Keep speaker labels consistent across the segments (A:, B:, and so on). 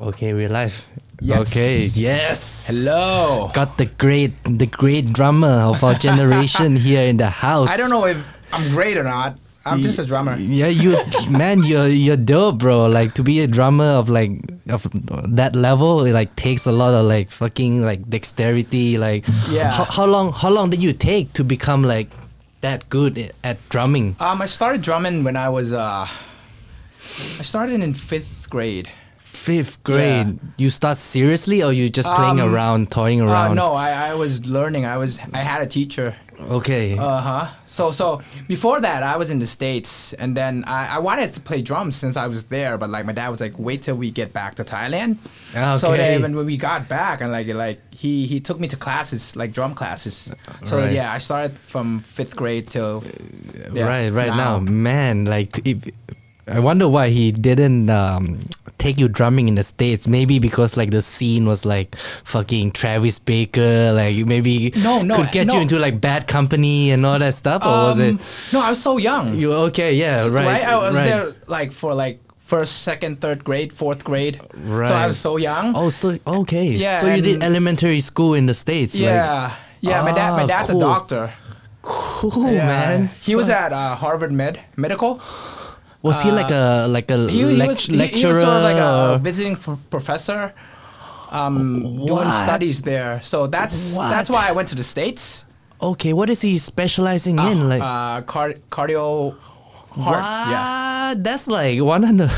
A: Okay, we're live.
B: Yes.
A: Okay. Yes.
B: Hello.
A: Got the great, the great drummer of our generation here in the house.
B: I don't know if I'm great or not. I'm just a drummer.
A: Yeah, you, man, you're you're dope, bro. Like to be a drummer of like of that level, it like takes a lot of like fucking like dexterity. Like,
B: Yeah.
A: How, how long? How long did you take to become like that good i- at drumming?
B: Um, I started drumming when I was uh, I started in fifth grade.
A: Fifth grade. You start seriously, or you just playing
B: Um,
A: around, toying
B: Uh,
A: around?
B: no, I, I was learning. I was I had a teacher.
A: Okay.
B: Uh huh. So so before that, I was in the states, and then I, I wanted to play drums since I was there. But like my dad was like, wait till we get back to Thailand. So
A: Ah, Okay.
B: then when, when we got back, and like like he he took me to classes like drum classes. So
A: Right.
B: yeah, I started from fifth grade till yeah,
A: right right now. man like t- if, i wonder why he didn't um, take you drumming in the states maybe because like the scene was like fucking travis baker like you maybe
B: No, no,
A: could get you
B: no.
A: into like bad company and all that stuff or was it
B: Um, No, I was so young.
A: you okay yeah right
B: I was
A: right.
B: there like for like first, second, third grade, fourth grade. So I
A: Right.
B: was so young.
A: oh so okay
B: Yeah,
A: so you did
B: and-
A: elementary school in the states like,
B: yeah. yeah, my dad my
A: Ah,
B: dad's
A: cool.
B: a doctor.
A: cool
B: Yeah.
A: man
B: He was at uh, Harvard Med Medical.
A: was he like a like a
B: He, he
A: lec-
B: was he, he
A: lecturer
B: was sort of like
A: or-
B: a visiting pro- professor um, doing
A: What?
B: studies there. So that's that's
A: What?
B: why I went to the states.
A: okay what is he specializing in like
B: uh, car- cardio heart. Yeah.
A: Wow, that's like one of the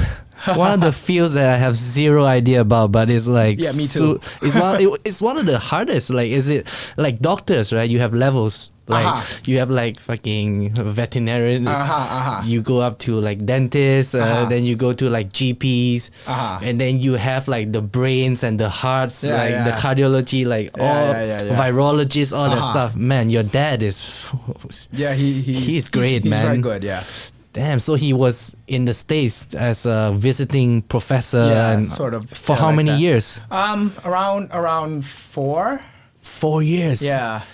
A: one of the fields that I have zero idea about, but it's like
B: Yeah, me too.
A: so- it's one it- it's one of the hardest. Like, is it like doctors, right? You have levels. Like
B: Uh-huh.
A: you have like fucking veterinarian.
B: Uh-huh, uh-huh.
A: You go up to like dentists, uh,
B: Uh-huh.
A: then you go to like GPs,
B: Uh-huh.
A: and then you have like the brains and the hearts,
B: Yeah,
A: like the
B: yeah.
A: cardiology, like
B: Yeah,
A: all
B: yeah, yeah, yeah.
A: virologists, all that
B: Uh-huh.
A: stuff. Man, your dad is
B: Yeah, he, he
A: He's great,
B: he's
A: man.
B: Very good, yeah.
A: Damn, so he was in the States as a visiting professor
B: Yeah,
A: and
B: sort of,
A: for
B: yeah,
A: how
B: like
A: many
B: that.
A: years?
B: Um, around around four.
A: Four years.
B: Yeah.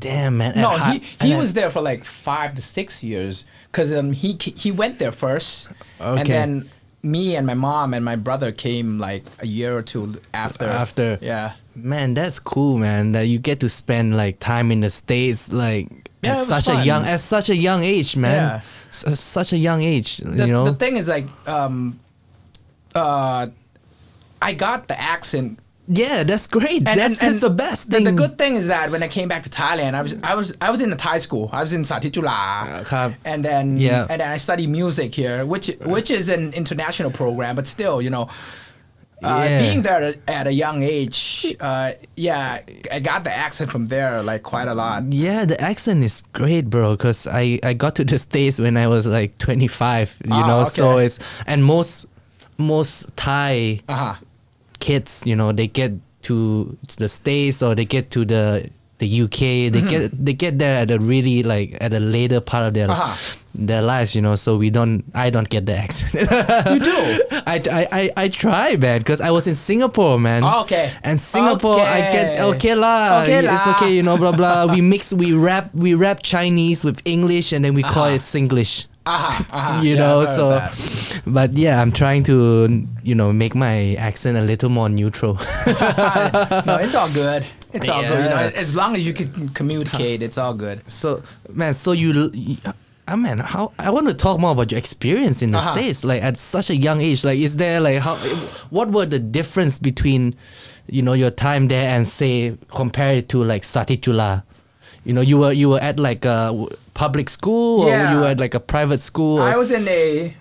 A: Damn man.
B: No,
A: and how-
B: he, he
A: and
B: was there for like five to six years because um, he he went there first, and
A: Okay.
B: then me and my mom and my brother came like a year or two after.
A: After.
B: yeah,
A: Man, that's cool, man. That you get to spend like time in the States, like
B: Yeah,
A: at
B: it was
A: such a
B: fun.
A: young, at such a young age, man.
B: Yeah.
A: S- such a young age,
B: the,
A: you know.
B: the thing is like um, uh, I got the accent.
A: yeah, that's great.
B: And,
A: that's,
B: and,
A: that's the best
B: The,
A: thing.
B: the good thing is that when I came back to Thailand, I was I was I was in a Thai school. I was in Satichula,
A: ครับ
B: and then
A: Uh, Yeah.
B: and then I studied music here, which which is an international program, but still, you know, Uh,
A: Yeah.
B: being there at a young age, uh, yeah, I got the accent from there like quite a lot.
A: Yeah, the accent is great, bro. Cause I I got to the states when I was like 25, you
B: Ah,
A: know. So
B: okay.
A: it's and most most Thai
B: Uh huh.
A: kids, you know, they get to the states or they get to the the UK.
B: Mm-hmm.
A: They get they get there at a really like at a later part of their
B: Uh-huh.
A: their lives, you know. So we don't I don't get the accent.
B: You do.
A: I, I, I, I try, man, because I was in Singapore, man.
B: Oh, okay.
A: And Singapore, I get
B: Okay.
A: okay lah.
B: Okay
A: It's
B: lah.
A: okay, you know, blah blah. we mix, we rap, we rap Chinese with English, and then we call it Singlish.
B: Uh-huh, uh-huh.
A: You
B: Yeah,
A: know,
B: I've heard
A: so.
B: of that.
A: But yeah, I'm trying to, you know, make my accent a little more neutral.
B: no, it's all good. It's all good. You know,
A: Yeah.
B: as long as you can communicate, it's all good.
A: so, man, so you. I mean, how I want to talk more about your experience in the
B: Uh-huh.
A: states, like at such a young age. Like, is there like how, what were the difference between, you know, your time there and say compare it to like Satichula, you know, you were you were at like a w- public school or you
B: Yeah.
A: were at like a private school. Or,
B: I was in a.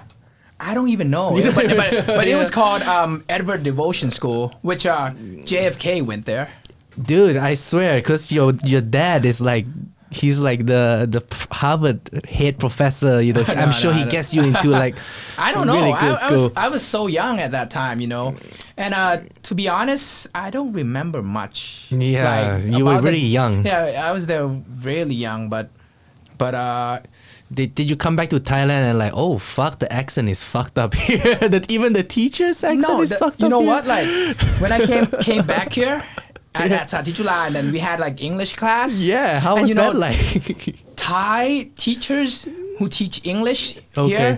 B: I don't even know, but, but, but it was called um, Edward Devotion School, which uh, JFK went there.
A: dude, I swear, cause your your dad is like. He's like the the Harvard head professor, you know. I'm
B: No,
A: sure
B: no,
A: he
B: no.
A: gets you into like
B: I don't know.
A: really
B: I,
A: good
B: I was
A: school.
B: I was so young at that time, you know, and uh, to be honest, I don't remember much.
A: Yeah, you were
B: about the-
A: really young.
B: Yeah, I was there really young, but but uh,
A: Did, did you come back to Thailand and like, oh fuck, the accent is fucked up here. that even the teacher's accent is
B: the-
A: fucked
B: you
A: up.
B: know
A: here.
B: what? Like when I came came back here. And at Satichula, and then we had like English class.
A: Yeah, how
B: and
A: was
B: you know,
A: that like?
B: Thai teachers who teach English
A: Okay.
B: here,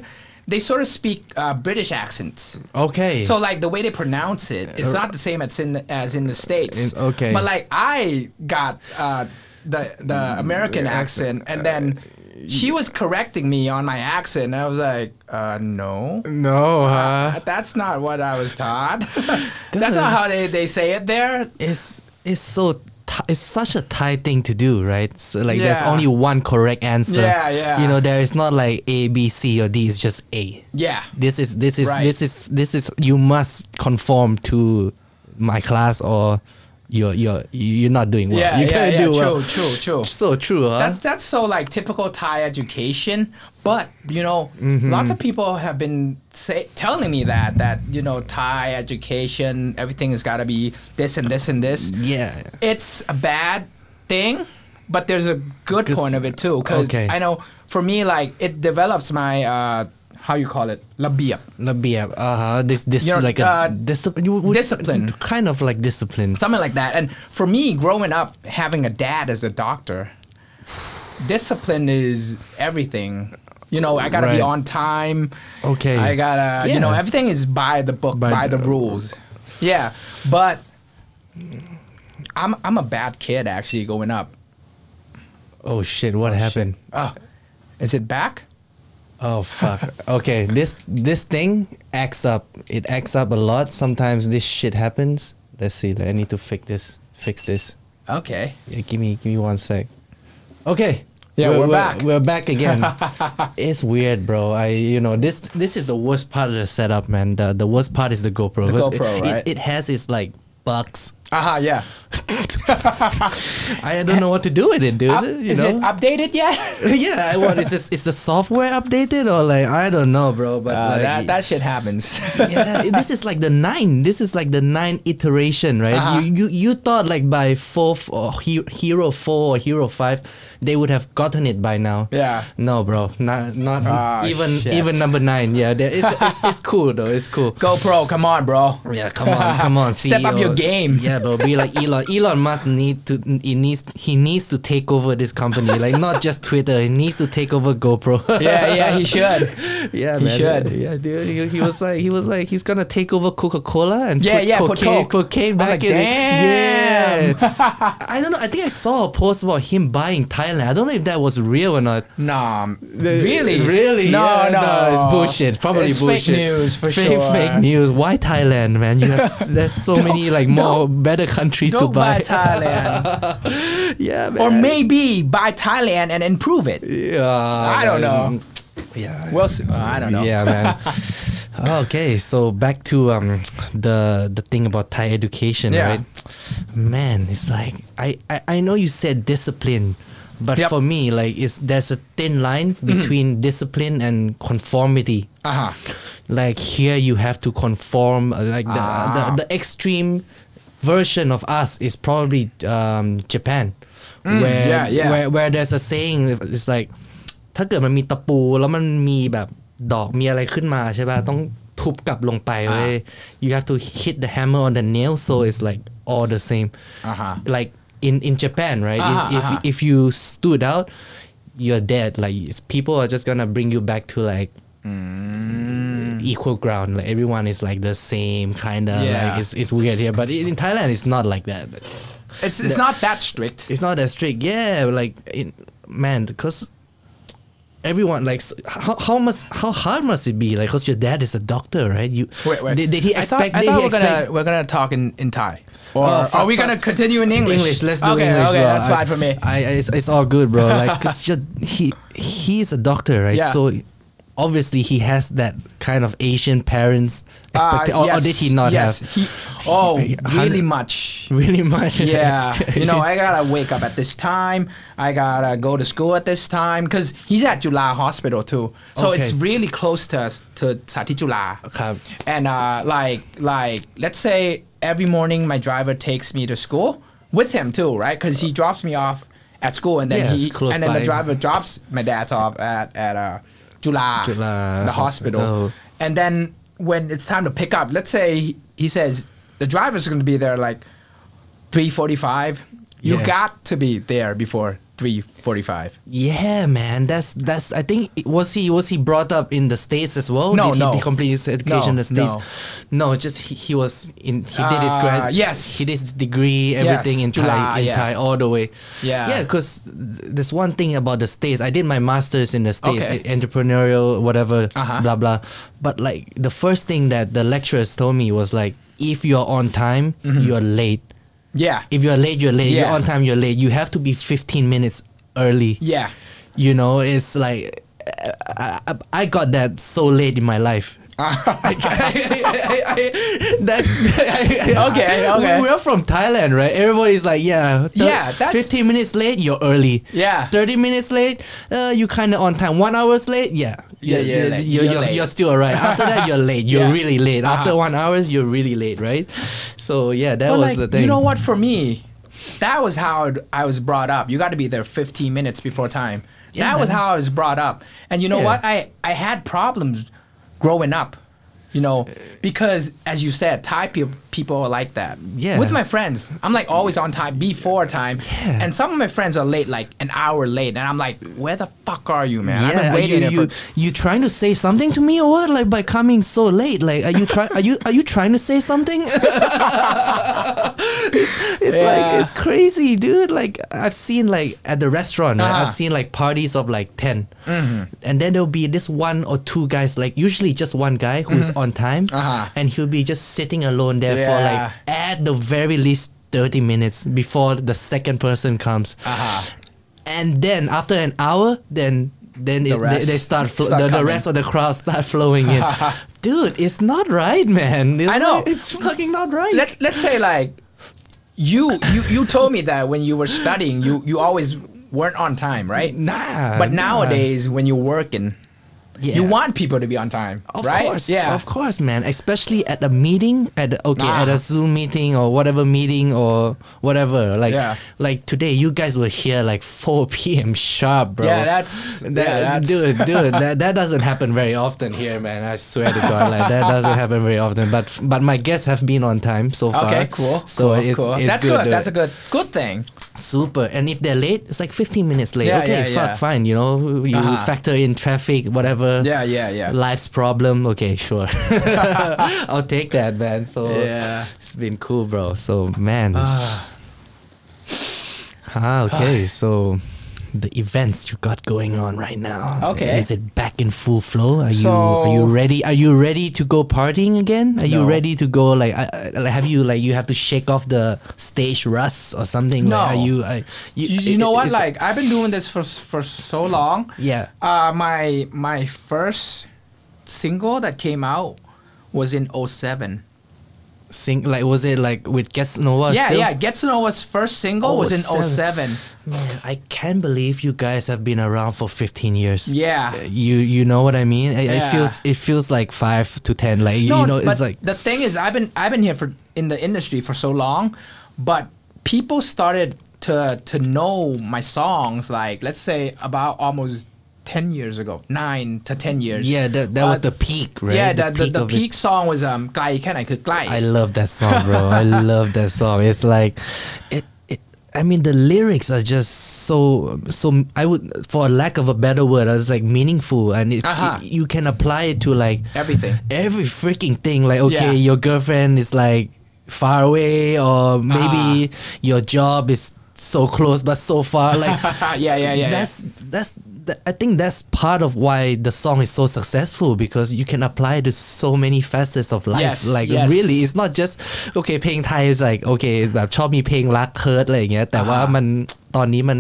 B: they sort of speak uh, British accents.
A: Okay.
B: So like the way they pronounce it, it's not the same as in as in the states.
A: In- okay.
B: But like I got uh, the the American accent, and
A: Uh,
B: then she was correcting me on my accent. And I was like, uh, no.
A: no,
B: Uh,
A: huh?
B: that's not what I was taught. that's not how they, they say it there.
A: It's it's so th- it's such a Thai thing to do, right? So like there's
B: Yeah.
A: only one correct answer.
B: Yeah, yeah.
A: You know, there is not like A, B, C, or D. It's just A.
B: Yeah.
A: This is this is
B: Right.
A: this is this is you must conform to my class or you're you're you're not doing well.
B: Yeah,
A: you
B: yeah,
A: can't
B: yeah.
A: do
B: true,
A: well.
B: true, true.
A: So true, huh?
B: That's that's so like typical Thai education, but you know,
A: Mm-hmm.
B: lots of people have been say, telling me that that you know Thai education, everything has got to be this and this and this.
A: yeah.
B: It's a bad thing, but there's a good
A: 'Cause-
B: point of it too. Because
A: okay.
B: I know for me, like it develops my uh, how you call it labia.
A: Labia. Uh huh. This this
B: You're,
A: like a
B: uh,
A: discipline. you would-
B: discipline.
A: Kind of like discipline.
B: something like that. And for me, growing up, having a dad as a doctor, discipline is everything. You know, I gotta be
A: Right.
B: on time.
A: Okay.
B: I gotta, you know,
A: Yeah.
B: everything is by the book, by,
A: By
B: the,
A: the-
B: rules. Yeah, but I'm I'm a bad kid actually. Going up,
A: Oh shit! What happened?
B: oh, is it back?
A: Oh fuck. okay, this this thing acts up. It acts up a lot. Sometimes this shit happens. Let's see. I need to fix this. Fix this.
B: Okay.
A: Yeah, give me give me one sec. Okay.
B: Yeah, we're back.
A: We're back again. it's weird, bro. I you know this this is the worst part of the setup, man. The the worst part is the GoPro.
B: The
A: 'cause it,
B: GoPro, right?
A: It, it has its like bugs.
B: Aha, yeah.
A: I don't know what to do with it, dude.
B: Up-
A: you
B: Ah, is
A: know?
B: it updated yet?
A: yeah, I- what is this? Is the software updated or like I don't know, bro? But
B: Uh,
A: like,
B: that that shit happens.
A: yeah, this is like the nine. This is like the nine iteration, right?
B: Uh-huh.
A: You, you you thought like by fourth or he, hero four or hero five, they would have gotten it by now.
B: Yeah.
A: No, bro, not not
B: Ah,
A: even
B: shit.
A: even number nine. Yeah, there, it's, it's it's cool though. It's cool.
B: GoPro, come on, bro.
A: Yeah, come on, come on,
B: Step up
A: CEO.
B: your game.
A: Yeah, bro, be like Elon. Elon Musk need to he needs he needs to take over this company. Like not just Twitter, he needs to take over GoPro.
B: Yeah, yeah, he should.
A: Yeah,
B: He
A: man.
B: should.
A: Yeah, dude. He, he was like, he was like, he's gonna take over Coca Cola and
B: Yeah,
A: put
B: yeah, put
A: cocaine,
B: Coke.
A: cocaine
B: I'm
A: back
B: like,
A: in.
B: damn.
A: Yeah. I don't know. I think I saw a post about him buying Thailand. I don't know if that was real or not.
B: Nah, m- really?
A: Really?
B: No,
A: Yeah,
B: no,
A: It's bullshit. Probably
B: It's
A: bullshit.
B: Fake news for
A: fake,
B: sure.
A: Fake news. Why Thailand, man? You have, s- there's so many like more better countries to
B: Don't
A: buy.
B: buy Thailand,
A: yeah, man.
B: or maybe buy Thailand and improve it.
A: Yeah,
B: I don't know.
A: Yeah.
B: Well, s- uh, I don't know.
A: Yeah, man. okay, so back to um the the thing about Thai education,
B: Yeah.
A: right? Man, it's like I, I I know you said discipline, but
B: Yep.
A: for me, like it's there's a thin line between discipline and conformity.
B: Uh huh.
A: Ah. Like here, you have to conform. uh, Like the
B: Ah.
A: the, the extreme version of us is probably um, Japan, where,
B: Mm, yeah, yeah.
A: where where there's a saying it's like ถ้าเกิดมันมีตะปูแล้วมันมีแบบดอกมีอะไรขึ้นมาใช่ป่ะต้องทุบกลับลงไปเว้ย
B: Ah.
A: you have to hit the hammer on the nail so it's like all the same
B: Uh-huh.
A: like in in Japan right If-
B: Uh-huh,
A: if
B: uh-huh.
A: if you stood out you're dead like it's- people are just gonna bring you back to like Mm-hmm. equal ground. Like everyone is like the same kind of.
B: Yeah.
A: Like it's, it's weird here, but in in Thailand it's not like that.
B: It's it's not that strict.
A: It's not that strict. Yeah, like in, man, because everyone like s- how how must how hard must it be? Like, cause your dad is a doctor, right? You
B: Wait, wait.
A: Did, did he
B: I thought-
A: expect?
B: I thought,
A: did he
B: we're
A: expect?
B: gonna we're gonna talk in, in Thai. Or
A: Oh, fuck,
B: are we
A: fuck.
B: gonna continue in English?
A: English. Let's do
B: okay,
A: English.
B: Okay,
A: bro.
B: that's
A: I-
B: fine for me.
A: I, I- it's, it's all good, bro. Like, cause ju- he he's a doctor, right?
B: Yeah.
A: So obviously he has that kind of Asian parents expectation,
B: Uh,
A: or, or did he not
B: yes,
A: have?
B: He, oh,
A: Hundred-
B: really much.
A: Really much.
B: Yeah, you know, I gotta wake up at this time. I gotta go to school at this time because he's at Jula Hospital too. So
A: Okay.
B: it's really close to to Sati Jula.
A: ครับ
B: And uh, like like let's say every morning my driver takes me to school with him too, right? Because he drops me off at school and then
A: Yeah, it's
B: he
A: close
B: and then the
A: by.
B: driver drops my dad off at at uh, Jula,
A: Jula
B: the hospital.
A: Hospital.
B: And then when it's time to pick up, let's say he- he says the driver's going to be there like 3:45. You
A: Yeah.
B: got to be there before three forty five.
A: Yeah, man. That's that's. I think it- was he was he brought up in the states as well?
B: No,
A: Did he,
B: no.
A: He complete his education in the
B: No,
A: states. No, just he, he was in. He did his
B: Ah,
A: grad.
B: yes.
A: He did his degree, everything
B: Yes,
A: in
B: July,
A: Thai, in
B: yeah.
A: Thai all the way.
B: Yeah.
A: Yeah, because there's one thing about the states. I did my masters in the states,
B: Okay.
A: e- entrepreneurial, whatever,
B: Uh-huh.
A: blah blah. But like the first thing that the lecturers told me was like, if you're on time,
B: Mm-hmm.
A: you're late.
B: Yeah.
A: If you're late, you're late.
B: Yeah.
A: You're on time, you're late. You have to be 15 minutes early
B: Yeah.
A: you know it's like I, I, I got that so late in my life that
B: Okay, okay.
A: we, are from thailand right everybody's like yeah thir-
B: Yeah, that's-
A: 15 minutes late you're early
B: Yeah.
A: 30 minutes late uh, you kind of on time one hours late yeah
B: Yeah,
A: you're,
B: yeah,
A: you're,
B: like,
A: you're,
B: you're
A: you're,
B: late.
A: you're still alright after that you're late you're
B: Yeah.
A: really late after
B: Uh-huh.
A: one hours you're really late right so yeah that
B: But
A: was
B: like,
A: the thing
B: you know what? For me, that was how it- I was brought up. You got to be there 15 minutes before time.
A: Yeah,
B: that was
A: man.
B: how I was brought up. And you know
A: Yeah.
B: what? I I had problems growing up. You know, because as you said, Thai peop people are like that.
A: Yeah.
B: With my friends, I'm like always on time before time.
A: Yeah.
B: And some of my friends are late, like an hour late, and I'm like, where the fuck are you, man? I've
A: Yeah,
B: been
A: are you,
B: waiting
A: you,
B: here for.
A: you trying to say something to me or what? Like by coming so late? Like are you try are you are you trying to say something? it's it's
B: Yeah.
A: like it's crazy, dude. Like I've seen like at the restaurant, right, I've
B: Uh-huh. Mm-hmm.
A: seen like parties of like 10 and then there'll be this one or two guys, like usually just one guy who's on time,
B: Uh-huh.
A: and he'll be just sitting alone there for
B: Yeah.
A: like at the very least. 30 minutes before the second person comes
B: Uh-huh.
A: and then after an hour, then then it, they,
B: rest
A: they start, flo-
B: start
A: the, the
B: coming.
A: rest of the crowd start flowing in. Dude, it's not right, man. It's
B: I know.
A: not- it's fucking not right.
B: Let Let's say like you you you told me that when you were studying, you you always weren't on time, right?
A: nah.
B: But
A: nah.
B: nowadays, when you're working, you
A: Uh, Yeah.
B: want people to be on time,
A: Of
B: right?
A: course,
B: yeah,
A: of course, man. Especially at a meeting, at the- okay, at
B: Ah.
A: a Zoom meeting or whatever meeting or whatever. Like,
B: Yeah.
A: like today, you guys were here like 4 p.m. sharp, bro.
B: Yeah, that's-
A: that,
B: yeah, that's-
A: dude, dude. That, that doesn't happen very often here, man. I swear to God, like that doesn't happen very often. But but my guests have been on time so far.
B: Okay, cool.
A: So
B: cool,
A: it's,
B: cool.
A: it's
B: that's
A: good. uh, dude.
B: good. That's a good good thing.
A: Super. And if they're late, it's like 15 minutes late.
B: Yeah,
A: okay,
B: yeah,
A: fuck,
B: yeah.
A: fine. You know, you
B: Uh-huh.
A: factor in traffic, whatever.
B: Yeah, yeah, yeah.
A: Life's problem. Okay, sure. I'll take that, man. So
B: Yeah.
A: it's been cool, bro. So, man. ah, okay. so the events you got going on right now.
B: Okay.
A: Is it back in full flow? Are you are you
B: So-
A: ready? Are you ready to go partying again? Are you
B: No.
A: ready to go like I- I- like have you like you have to shake off the stage rust or something? Like, are
B: No.
A: you, I you
B: You, you know what?
A: it's-
B: Like I've been doing this for s- for so long.
A: yeah.
B: Uh, my my first single that came out was in 07.
A: Sing like was it like with Guess Nova
B: yeah,
A: Oh, still? Oh,
B: yeah. Get to Noah's first single was in
A: 07.
B: 07.
A: Man, I can't believe you guys have been around for 15 years.
B: Yeah.
A: Uh, You you know what I mean? It, it
B: Yeah.
A: feels it feels like 5 to 10 like you know
B: but
A: it's like
B: the thing is, I've been I've been here for in the industry for so long, but people started to to know my songs like let's say about almost ten years ago, nine to ten years.
A: yeah that, that
B: Uh,
A: was the peak, right?
B: Yeah, the the, the,
A: of it.
B: peak song was um "Gai Can I Could
A: I
B: Gai."
A: love that song, bro. I love that song. It's like, it, it. I mean, the lyrics are just so so. I would, for lack of a better word, it's like meaningful, and it,
B: Uh-huh.
A: it- you can apply it to like
B: Everything.
A: every freaking thing. Like, okay,
B: Yeah.
A: your girlfriend is like far away, or
B: Uh-huh.
A: maybe your job is so close but so far. Like,
B: yeah, yeah, yeah. yeah.
A: that's that's that, I think that's part of why the song is so successful because you can apply it to so many facets of life.
B: Yes,
A: like
B: yes.
A: really, it's not just okay เพลงไทย is like okay แบบชอบมีเพลงรักเคิร์ดอะไรอย่างเงี้ยแต่ว่ามันตอนนี้มัน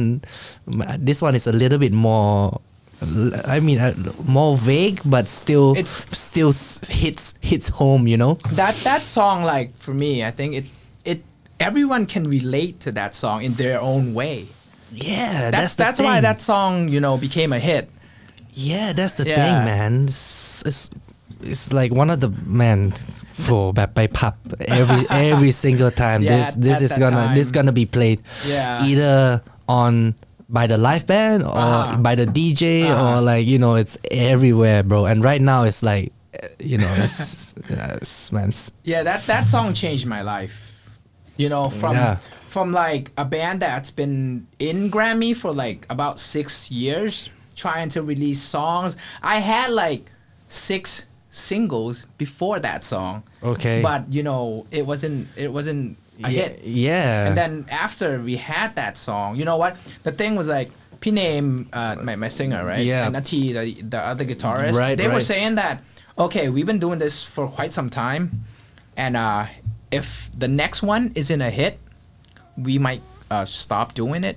A: this one is a little bit more I mean uh, more vague but still
B: It's-
A: still s- hits hits home you know
B: that that song like for me, I think it it everyone can relate to that song in their own way.
A: yeah that's
B: That's
A: the
B: that's, why
A: thing.
B: that song you know became a hit.
A: Yeah, that's the
B: Yeah.
A: thing, man. It's, it's, it's like one of the man for by pop every every single time.
B: Yeah,
A: this this
B: at
A: is
B: that
A: gonna this
B: time.
A: gonna be played.
B: Yeah.
A: Either on by the live band or
B: Uh-huh.
A: by the DJ
B: Uh-huh.
A: or like you know it's everywhere, bro. And right now it's like eh, you know it's, uh, it's man. it's-
B: Yeah, that that song changed my life. you know, from
A: Yeah.
B: from like a band that's been in Grammy for like about six years, trying to release songs. I had like six singles before that song.
A: Okay.
B: But you know, it wasn't it wasn't a
A: yeah,
B: hit.
A: yeah.
B: And then after we had that song, you know what? The thing was like, P name, uh, my, my singer, right?
A: Yeah.
B: And Nati, the, the other guitarist,
A: Right,
B: they were
A: right.
B: saying that, okay, we've been doing this for quite some time. And uh, if the next one isn't a hit, we might uh, stop doing it.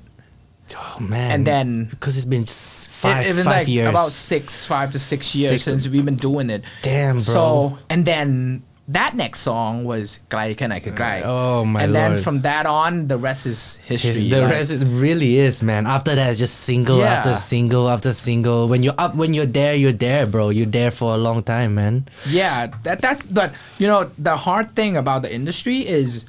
A: oh man.
B: and then-
A: because it's been s- five
B: it, it was
A: five
B: like
A: years.
B: about six, five to six years
A: Six-
B: since we've been doing it.
A: Damn, bro.
B: So and then that next song was "Glai Kanai Glai."
A: Oh, my
B: And then
A: lord.
B: from that on, the rest is history.
A: the
B: like-
A: rest is, really is man. After that, it's just single after
B: Yeah.
A: single after single. When you're up, when you're there, you're there, bro. You're there for a long time, man.
B: yeah that that's but you know the hard thing about the industry is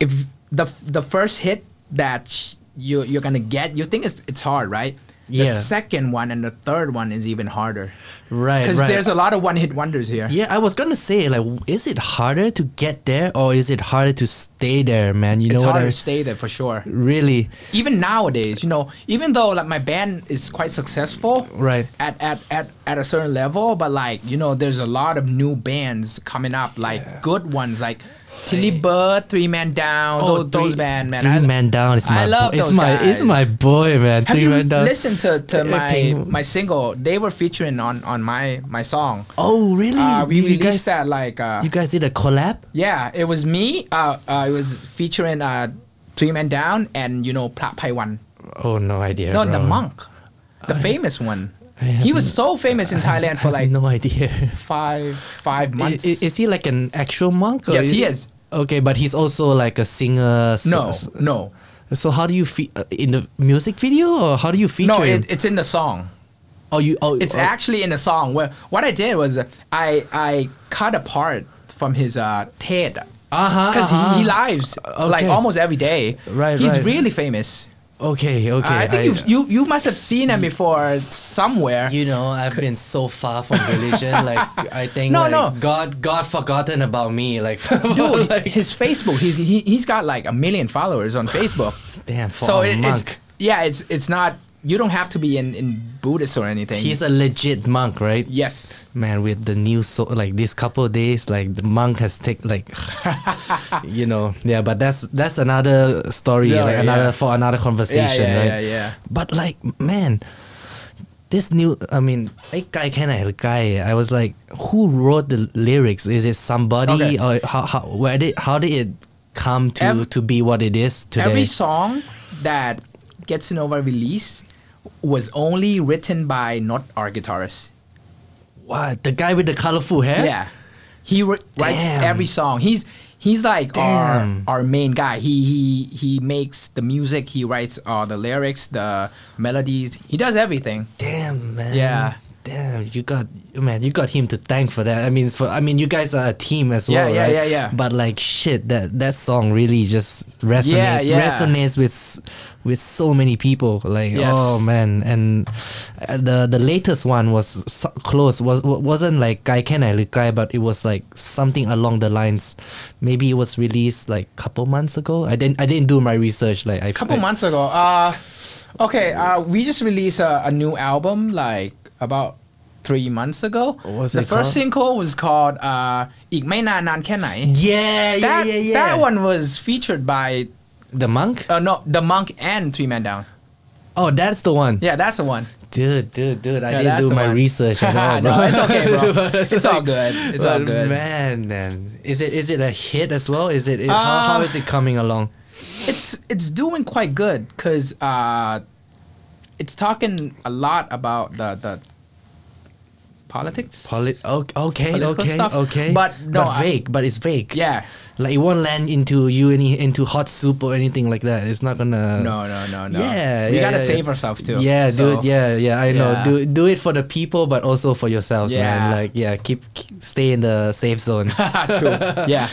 B: if the the first hit that sh- you you're gonna get you think it's it's hard right the
A: Yeah.
B: second one and the third one is even harder
A: Right,
B: because
A: right.
B: there's a lot of one hit wonders here
A: yeah, I was gonna say like, w- is it harder to get there or is it harder to stay there, man? You know
B: it's
A: what
B: harder
A: I
B: to stay there for sure
A: really
B: even nowadays you know even though like my band is quite successful
A: Right.
B: at at at, at a certain level but like you know there's a lot of new bands coming up like good ones like Tilly Bird, Three Man Down, those, those
A: Oh, Three-
B: band man.
A: Three
B: I-
A: man down is my.
B: I love
A: bo- it's
B: those
A: my it's
B: guys.
A: my boy, man.
B: Have
A: three
B: you
A: man down.
B: listened to,
A: Eh,
B: to my
A: Ping-
B: my single? They were featuring on on my my song.
A: Oh really?
B: Uh, we
A: You
B: released
A: guys-
B: that like uh,
A: You guys did a collab?
B: yeah, it was me. Uh, uh, it was featuring uh, Three Man Down and you know Plat Pai One.
A: Oh no idea.
B: No, the
A: bro.
B: monk, the famous one.
A: I have
B: He was so famous in
A: I
B: Thailand for
A: have
B: like
A: no idea.
B: five five
A: I- i-
B: months.
A: Is, he like an actual monk?
B: Yes, he is.
A: Okay, but he's also like a singer. s-
B: no,
A: s-
B: no,
A: So how do you fe- uh, in the music video or how do you feature
B: no.
A: him?
B: It, it's in the song.
A: oh, you. Oh,
B: It's
A: oh,
B: actually in the song. Where what I did was uh, I I cut apart from his uh TED.
A: Uh-huh,
B: Because
A: uh-huh.
B: he, he lives
A: Uh,
B: like
A: okay.
B: almost every day.
A: Right,
B: He's
A: right.
B: really famous.
A: Okay, okay.
B: I think you've, you you must have seen him before somewhere.
A: You know, I've been so far from religion. like I think
B: No,
A: like,
B: no.
A: God, God forgotten about me. Like,
B: Dude,
A: like-
B: his Facebook, he's he, he's got like a million followers on Facebook.
A: damn, for
B: so
A: a
B: it,
A: monk.
B: it's yeah, it's it's not. You don't have to be in in Buddhist or anything.
A: He's a legit monk, right?
B: yes.
A: Man, with the new so like this couple of days, like the monk has take like, you know, yeah. But that's that's another story,
B: Yeah,
A: like
B: yeah.
A: another for another
B: Yeah,
A: conversation,
B: yeah, yeah,
A: right?
B: yeah.
A: But like, man, this new, I mean, like guy kind of guy. I was like, who wrote the lyrics? Is it somebody
B: Okay.
A: or how how where did how did it come to
B: Ev-
A: to be what it is today?
B: Every song that gets Nova released was only written by not our guitarist.
A: what the guy with the colorful hair?
B: Yeah, he wr- writes
A: Damn.
B: every song. He's he's like
A: Damn.
B: our our main guy. He he he makes the music. He writes all the lyrics, the melodies. He does everything.
A: Damn man.
B: Yeah.
A: Damn, you got man, you got him to thank for that. I mean, for I mean, you guys are a team as
B: Yeah,
A: well,
B: yeah,
A: right?
B: yeah, yeah.
A: But like, shit, that that song really just resonates,
B: yeah.
A: resonates with s- with so many people. Like,
B: Yes.
A: oh man, and uh, the the latest one was so close. Was wa- wasn't like Guy Can I Look Guy, but it was like something along the lines. Maybe it was released like couple months ago. I didn't I didn't do my research. Like, I
B: A couple
A: I-
B: months ago. Uh, okay, uh, we just released a, a new album like about three months ago.
A: What was
B: the
A: it
B: first
A: called?
B: single was called uh, "Ik Mai Na Nan Ken Nai."
A: Yeah, yeah,
B: That,
A: yeah, yeah.
B: that one was featured by
A: The monk.
B: uh, no the monk and Three Man Down.
A: Oh, that's the one.
B: Yeah, that's the one.
A: Dude, dude, dude! I
B: Yeah,
A: didn't do
B: that's the
A: my
B: one.
A: research at all, bro.
B: No, it's okay, bro. It's all
A: like-
B: good. It's all
A: but
B: good.
A: Man, man, is it is it a hit as well? Is it, it- how, how
B: Uh,
A: is it coming along?
B: It's it's doing quite good because uh, it's talking a lot about the the politics.
A: Poli- okay, okay,
B: political
A: okay,
B: stuff,
A: okay.
B: but no, I-
A: vague, but it's vague.
B: yeah.
A: like it won't land into you any into hot soup or anything like that. It's not gonna.
B: No, no, no, no.
A: Yeah,
B: we
A: yeah,
B: gotta
A: yeah,
B: save
A: yeah.
B: ourselves too.
A: Yeah,
B: So-
A: dude. Yeah, yeah. I know.
B: Yeah.
A: Do do it for the people, but also for yourselves, man.
B: Yeah.
A: Like, yeah, keep, keep stay in the safe zone.
B: True. Yeah.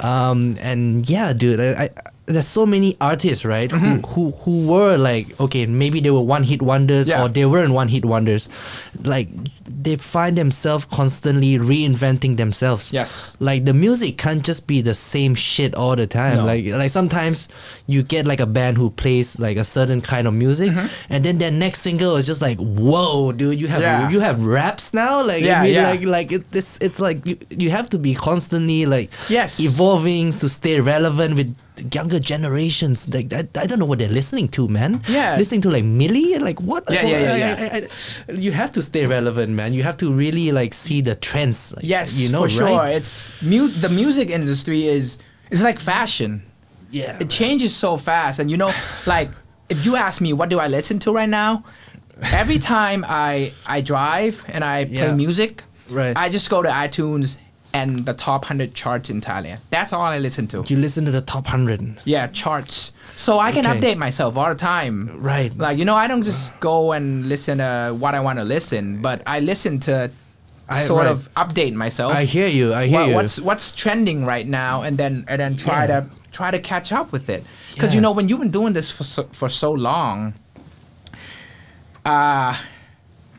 A: um and yeah dude I, I there's so many artists, right?
B: Mm-hmm.
A: Who, who who were like okay, maybe they were one hit wonders
B: Yeah.
A: or they weren't one hit wonders. Like they find themselves constantly reinventing themselves.
B: Yes.
A: Like the music can't just be the same shit all the time.
B: No.
A: Like like sometimes you get like a band who plays like a certain kind of music
B: Mm-hmm.
A: and then their next single is just like, Whoa, dude, you have
B: Yeah.
A: you have raps now? Like
B: Yeah,
A: I mean,
B: yeah.
A: like like it, this it's like you, you have to be constantly like
B: Yes.
A: evolving to stay relevant with younger generations like I, I don't know what they're listening to man
B: Yeah.
A: listening to like millie like what
B: Yeah, yeah, yeah, yeah.
A: I- I- I- you have to stay relevant man you have to really like see the trends like,
B: Yes,
A: you know
B: for sure.
A: right?
B: It's mu- the music industry is it's like fashion.
A: yeah
B: It changes so fast, and you know, like if you ask me what do I listen to right now, every time I I drive and I play
A: Yeah.
B: music,
A: Right.
B: I just go to iTunes and the top hundred charts in Thailand. That's all I listen to.
A: you listen to the top 100
B: Yeah, charts. So I can
A: Okay.
B: update myself all the time.
A: Right.
B: Like you know, I don't just go and listen to what I want to listen, but I listen to
A: I-
B: sort
A: right.
B: of update myself.
A: i hear you i hear
B: What-
A: you
B: what's what's trending right now, and then and then try
A: Yeah.
B: to try to catch up with it. Because you
A: Yeah.
B: know, when you've been doing this for so, for so long, uh,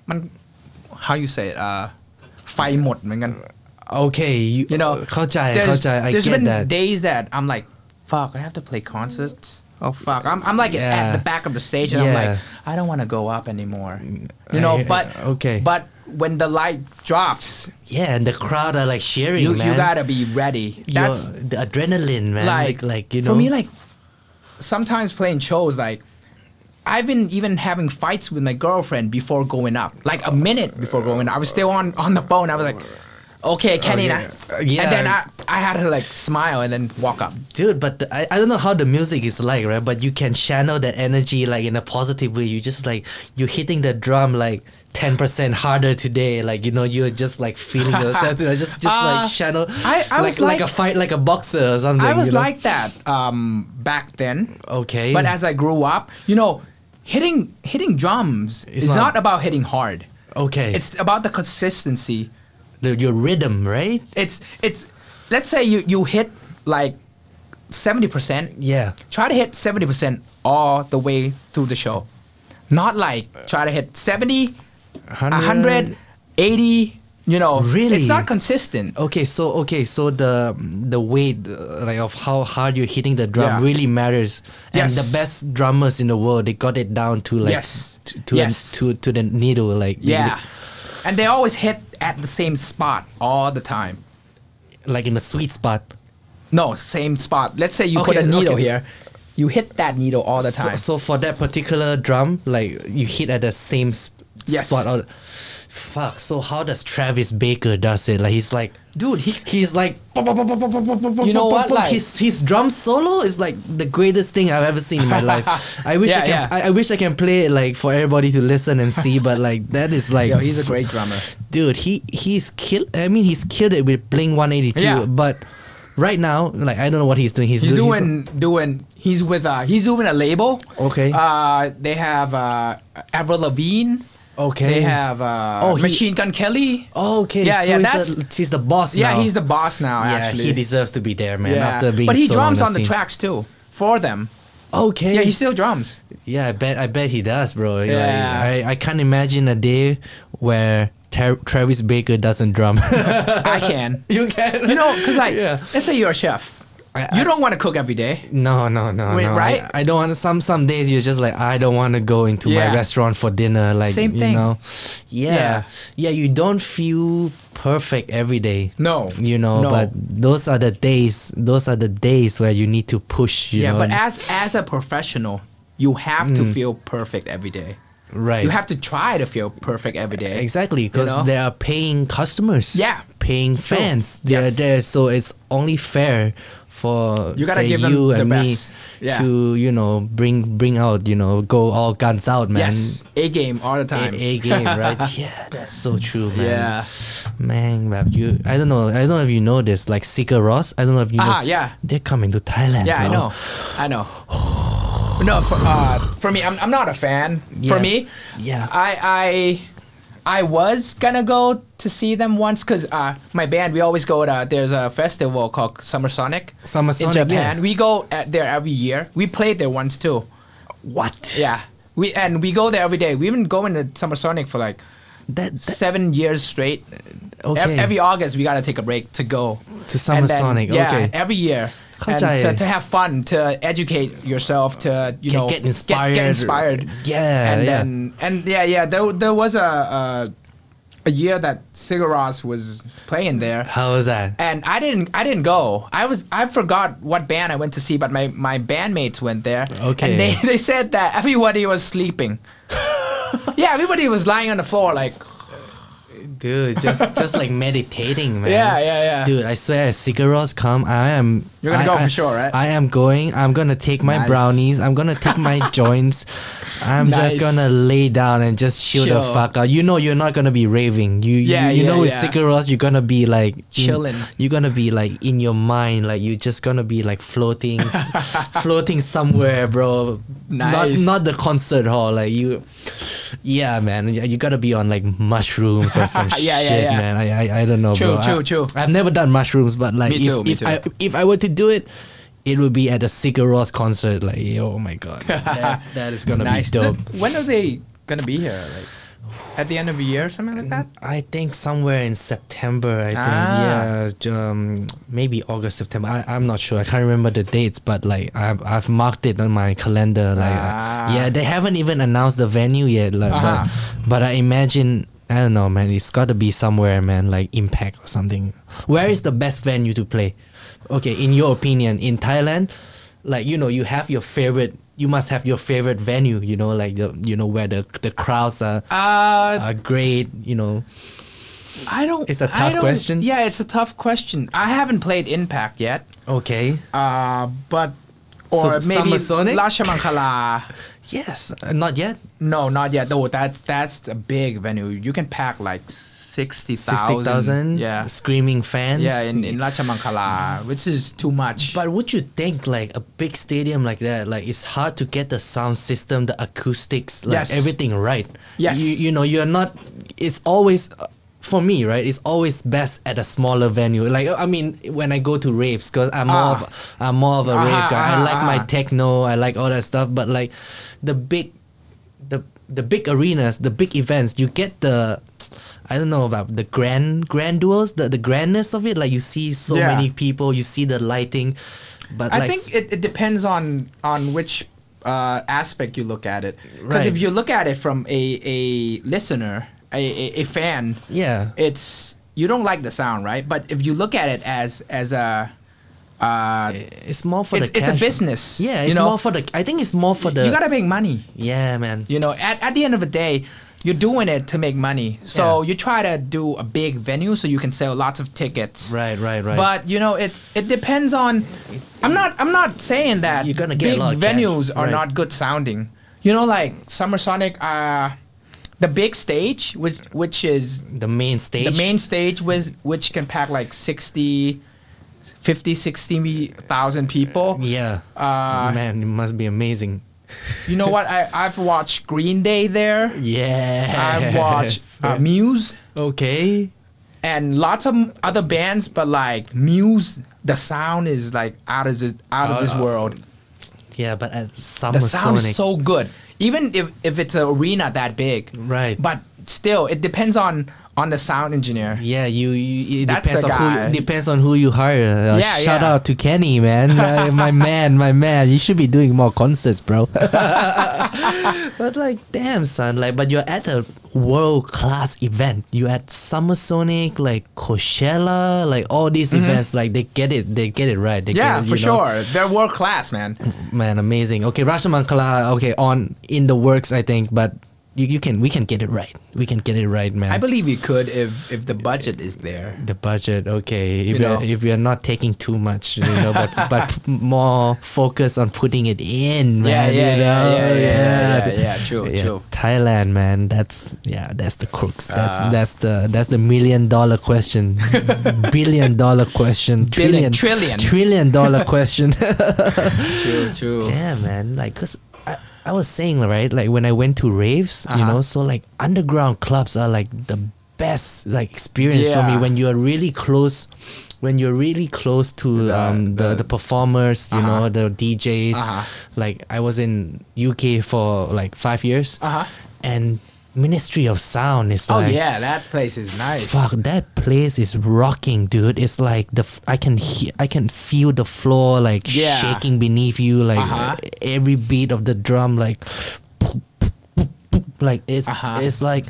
B: man, how you say it? Uh, ไฟหมดเหมือนกัน
A: okay you,
B: you know,
A: Kojai,
B: there's-
A: Kojai, Uh, i
B: there's
A: get
B: been
A: that
B: days that I'm like, fuck, I have to play concerts. Oh fuck, I'm, I'm like at
A: Yeah.
B: the back of the stage, and I'm
A: Yeah.
B: like, I don't want to go up anymore. You know,
A: I-
B: but
A: okay.
B: but when the light drops,
A: yeah and the crowd are like cheering
B: you,
A: man
B: you gotta be ready.
A: Your-
B: That's
A: the adrenaline man
B: like
A: like, like you know
B: for me like sometimes playing shows like I've been even having fights with my girlfriend before going up, like a minute before going up. I was still on on the phone. I was like, "Okay, Kenny,"
A: yeah.
B: nah."
A: Uh, yeah.
B: and then I, I had to like smile and then walk up.
A: dude but the, I, I don't know how the music is like right but you can channel that energy like in a positive way you just like you're hitting the drum like 10% harder today like you know you're just like feeling yourself to- just just
B: Uh,
A: like channel
B: I- I
A: like,
B: was
A: like
B: like-
A: a fight like a boxer or something
B: I was
A: you know?
B: like that um, back then.
A: Okay.
B: But as I grew up, you know, hitting hitting drums
A: It's
B: is
A: not-
B: not about hitting hard.
A: okay it's
B: It's about the consistency.
A: the, your rhythm right
B: It's it's let's say you you hit like 70%.
A: yeah
B: Try to hit 70% all the way through the show. Not like try to hit 70, 100, 80, you know.
A: Really?
B: It's not consistent.
A: Okay, so okay, so the the weight uh, like of how hard you're hitting the drum
B: Yeah.
A: really matters. And
B: Yes.
A: the best drummers in the world, they got it down to like
B: Yes.
A: t- to
B: Yes.
A: to to the needle like they-
B: Yeah. And they always hit at the same spot all the time.
A: like in the sweet spot.
B: No, same spot. Let's say you put
A: Okay,
B: a needle
A: okay.
B: here. You hit that needle all the time.
A: So, so for that particular drum, like you hit at the same sp-
B: Yes.
A: spot. All, fuck. So how does Travis Baker does it? Like he's like,
B: Dude, he-
A: he's like, you
B: You know what, like-
A: his his drum solo is like the greatest thing I've ever seen in my life. I wish I
B: Yeah,
A: can.
B: yeah.
A: I, I wish I can play it like for everybody to listen and see. But like that is like,
B: Yo, he's a great drummer.
A: dude. He he's killed. I mean, he's killed it with Blink One Eighty Two.
B: Yeah.
A: But right now, like I don't know what he's doing. He's,
B: He's
A: doing.
B: doing doing he's with uh he's doing a label.
A: Okay.
B: Uh they have uh Avril Lavigne.
A: Okay.
B: They have uh
A: Oh, he-
B: Machine Gun Kelly.
A: Oh, okay.
B: Yeah,
A: so
B: yeah,
A: he's
B: that's-
A: the, he's the boss
B: yeah,
A: now.
B: he's the boss now
A: yeah,
B: actually.
A: he deserves to be there, man.
B: Yeah.
A: After being
B: But he
A: so
B: drums
A: on
B: on the tracks too for them.
A: Okay.
B: Yeah, he still drums.
A: yeah, I bet I bet he does, bro. Like,
B: Yeah.
A: I, I can't imagine a day where Ter- Travis Baker doesn't drum.
B: I can.
A: you can.
B: You know, cuz like
A: Yeah.
B: let's say you're a chef.
A: I-
B: you don't want to cook every day.
A: No, no, no,
B: Wait,
A: no.
B: right?
A: I, I don't want some some days you're just like I don't want to go into
B: Yeah.
A: my restaurant for dinner. Like
B: Same
A: you
B: thing.
A: know, yeah.
B: Yeah.
A: yeah, You don't feel perfect every day.
B: No.
A: you know.
B: No.
A: But those are the days. Those are the days where you need to push. You
B: yeah,
A: know,
B: but
A: and-
B: as as a professional, you have to feel perfect every day.
A: right.
B: You have to try to feel perfect every day.
A: Exactly, because
B: know?
A: they are paying customers.
B: Yeah.
A: paying fans. They are
B: Yes.
A: there, so it's only fair for
B: You gotta
A: say,
B: give them
A: you
B: the
A: and me
B: best. Yeah.
A: to you know bring bring out you know go all guns out, man.
B: Yes, A game all the time.
A: A, A game, right? yeah, that's so true, man.
B: Yeah.
A: man, but you. I don't know. I don't know if you know this. Like Sika Ross, I don't know if you. know.
B: Ah,
A: S-
B: yeah.
A: They're coming to Thailand. bro.
B: Yeah, I know. I know. No, for, uh, for me, I'm, I'm not a fan.
A: Yeah.
B: For me,
A: Yeah.
B: I I I was gonna go to see them once because uh, my band we always go to there's a festival called Summer Sonic
A: Summer
B: in
A: Sonic,
B: Japan.
A: yeah.
B: We go at there every year. We played there once too.
A: What?
B: Yeah, we and we go there every day. We've been going to Summer Sonic for like
A: That, that
B: seven years straight. Ev-
A: Okay.
B: every August we gotta take a break to go
A: To Summer
B: And then-
A: Sonic,
B: Yeah,
A: okay.
B: every year. And
A: Kachay.
B: to, to have fun, to educate yourself, to you
A: Get-
B: know
A: get
B: get,
A: inspired.
B: inspired.
A: Yeah,
B: and
A: yeah.
B: then and yeah, yeah. There, there was a, a a year that Sigur Rós was playing there,
A: how was that?
B: and I didn't I didn't go. I was I forgot what band I went to see, but my, my bandmates went there.
A: Okay.
B: And they, they said that everybody was sleeping. yeah, everybody was lying on the floor like
A: Dude, just just like meditating, man.
B: Yeah, yeah, yeah.
A: Dude, I swear, cigaros come. I am.
B: You're gonna
A: I-
B: go
A: I-
B: for sure, right?
A: I am going. I'm gonna take my
B: Nice.
A: brownies. I'm gonna take my joints. I'm just
B: Nice.
A: gonna lay down and just chill the
B: Chill.
A: fuck out. You know, you're not gonna be raving. You,
B: Yeah,
A: you, you
B: yeah,
A: know, with
B: yeah.
A: cigaros, you're gonna be like in-
B: Chilling.
A: You're gonna be like in your mind, like you're just gonna be like floating, floating somewhere, bro. Not
B: Nice.
A: not the concert hall, like you. Yeah, man, you you gotta be on like mushrooms or some
B: Yeah, yeah,
A: shit,
B: yeah.
A: man. I, I, I don't know,
B: True,
A: bro.
B: true,
A: I,
B: true.
A: I've never done mushrooms, but like
B: Me
A: if,
B: too, me
A: if
B: too.
A: I if I were to do it, it would be at a Sigur Rós concert. Like, oh my god, that, that is gonna
B: nice.
A: be dope.
B: Th- when are they gonna be here? Like at the end of the year or something like that?
A: I think somewhere in September. I
B: Ah.
A: think yeah, um, maybe August, September. I, I'm not sure. I can't remember the dates, but like I've, I've marked it on my calendar. Like I-
B: Ah.
A: yeah, they haven't even announced the venue yet. Like,
B: Uh-huh.
A: but, but I imagine I don't know, man. It's got to be somewhere, man. Like Impact or something. Where is the best venue to play? Okay, in your opinion, in Thailand, like you know, you have your favorite. You must have your favorite venue. You know, like the you know where the the crowds are
B: Uh
A: are great. You know.
B: I don't
A: It's a
B: I
A: tough
B: don't-
A: question.
B: Yeah, it's a tough question. I haven't played Impact yet.
A: Okay.
B: Uh but
A: So
B: or maybe
A: Summer Sonic?
B: Lasha Mancala.
A: Yes. Uh, not yet.
B: No, not yet. Though that's that's a big venue. You can pack like sixty
A: Sixty
B: thousand.
A: thousand.
B: Yeah,
A: Screaming fans.
B: yeah. In in Lachamankala, which is too much.
A: but would you think like a big stadium like that? Like it's hard to get the sound system, the acoustics, like
B: Yes.
A: everything right.
B: Yes.
A: You you know you're not. It's always. uh, For me, right, it's always best at a smaller venue. Like I mean, when I go to raves, cause I'm more of
B: Ah.
A: I'm more of a rave
B: Uh-huh,
A: guy. I
B: uh-huh,
A: like my
B: uh-huh.
A: techno, I like all that stuff. But like, the big the the big arenas, the big events, you get the I don't know about the grand grandeurs, the the grandness of it. Like you see so
B: Yeah.
A: many people, you see the lighting, but
B: I
A: like
B: think it, it depends on on which uh, aspect you look at it. Because
A: Right.
B: if you look at it from a a listener, a, a, a fan,
A: yeah,
B: it's you don't like the sound, right? But if you look at it as as a uh,
A: it's more Eh, for
B: it's-
A: the
B: it's a
A: casual-
B: business,
A: Yeah, it's
B: you know?
A: more for the. I think it's more for the.
B: you gotta make money.
A: yeah, man.
B: You know, at, at the end of the day, you're doing it to make money. So
A: Yeah.
B: you try to do a big venue so you can sell lots of tickets.
A: Right, right, right.
B: But you know, it it depends on. I'm not I'm not saying that
A: You're gonna get a
B: big
A: lot of cash,
B: venues are
A: right.
B: not good sounding. You know, like Summer Sonic, uh, the big stage, which which is
A: the main stage.
B: the main stage was which can pack like 60 50 60,000 people.
A: Yeah.
B: Uh,
A: man, it must be amazing.
B: You know what? I I've watched Green Day there.
A: Yeah.
B: I've watched uh, Muse
A: Okay.
B: and lots of m- other bands, but like Muse, the sound is like out of this, out of this
A: Uh,
B: world.
A: Yeah, but at Summer
B: The sound
A: Sonic.
B: is so good, even if if it's an arena that big.
A: Right.
B: But still, it depends on on the sound engineer.
A: Yeah, you. you it
B: That's
A: depends
B: the
A: on who.
B: guy.
A: Depends on who you hire. Uh,
B: Yeah,
A: shout
B: yeah.
A: out to Kenny, man, Uh, my man, my man. You should be doing more concerts, bro. but like, damn, son, like, but you're at a world class event. You are at Summer Sonic, like Coachella, like all these events. Like they get it, they get it right. They
B: Mm-hmm. Yeah,
A: get it,
B: for
A: you know?
B: sure. They're world class, man.
A: Man, amazing. Okay, Rashomangala. Okay, on in the works, I think, but. You, you can we can get it right. We can get it right, man.
B: I believe you could if if the budget is there.
A: the budget okay if
B: You
A: you are
B: know.
A: if you're not taking too much you know but but p- more focus on putting it in
B: Yeah,
A: man you
B: yeah, yeah,
A: know?
B: yeah, yeah, yeah, yeah, true, true.
A: thailand man that's yeah that's the crux that's
B: Ah.
A: that's the that's the million dollar question billion dollar question
B: Billion,
A: trillion
B: trillion.
A: trillion dollar question
B: True, true.
A: yeah man like because I, I was saying right, like when I went to raves, you
B: Uh-huh.
A: know, so like underground clubs are like the best like experience for me
B: Yeah.
A: when you are really close, when you're really close to
B: The-
A: um, the,
B: the-
A: the performers, you know, the DJs.
B: Uh-huh.
A: Like I was in UK for like five years,
B: Uh-huh.
A: and Ministry of Sound is
B: Oh
A: like
B: yeah, that place is nice.
A: Fuck, that place is rocking, dude. It's like the f- I can he- I can feel the floor like
B: Yeah.
A: shaking beneath you, like
B: Uh-huh.
A: every beat of the drum, like like it's
B: Uh-huh.
A: it's like.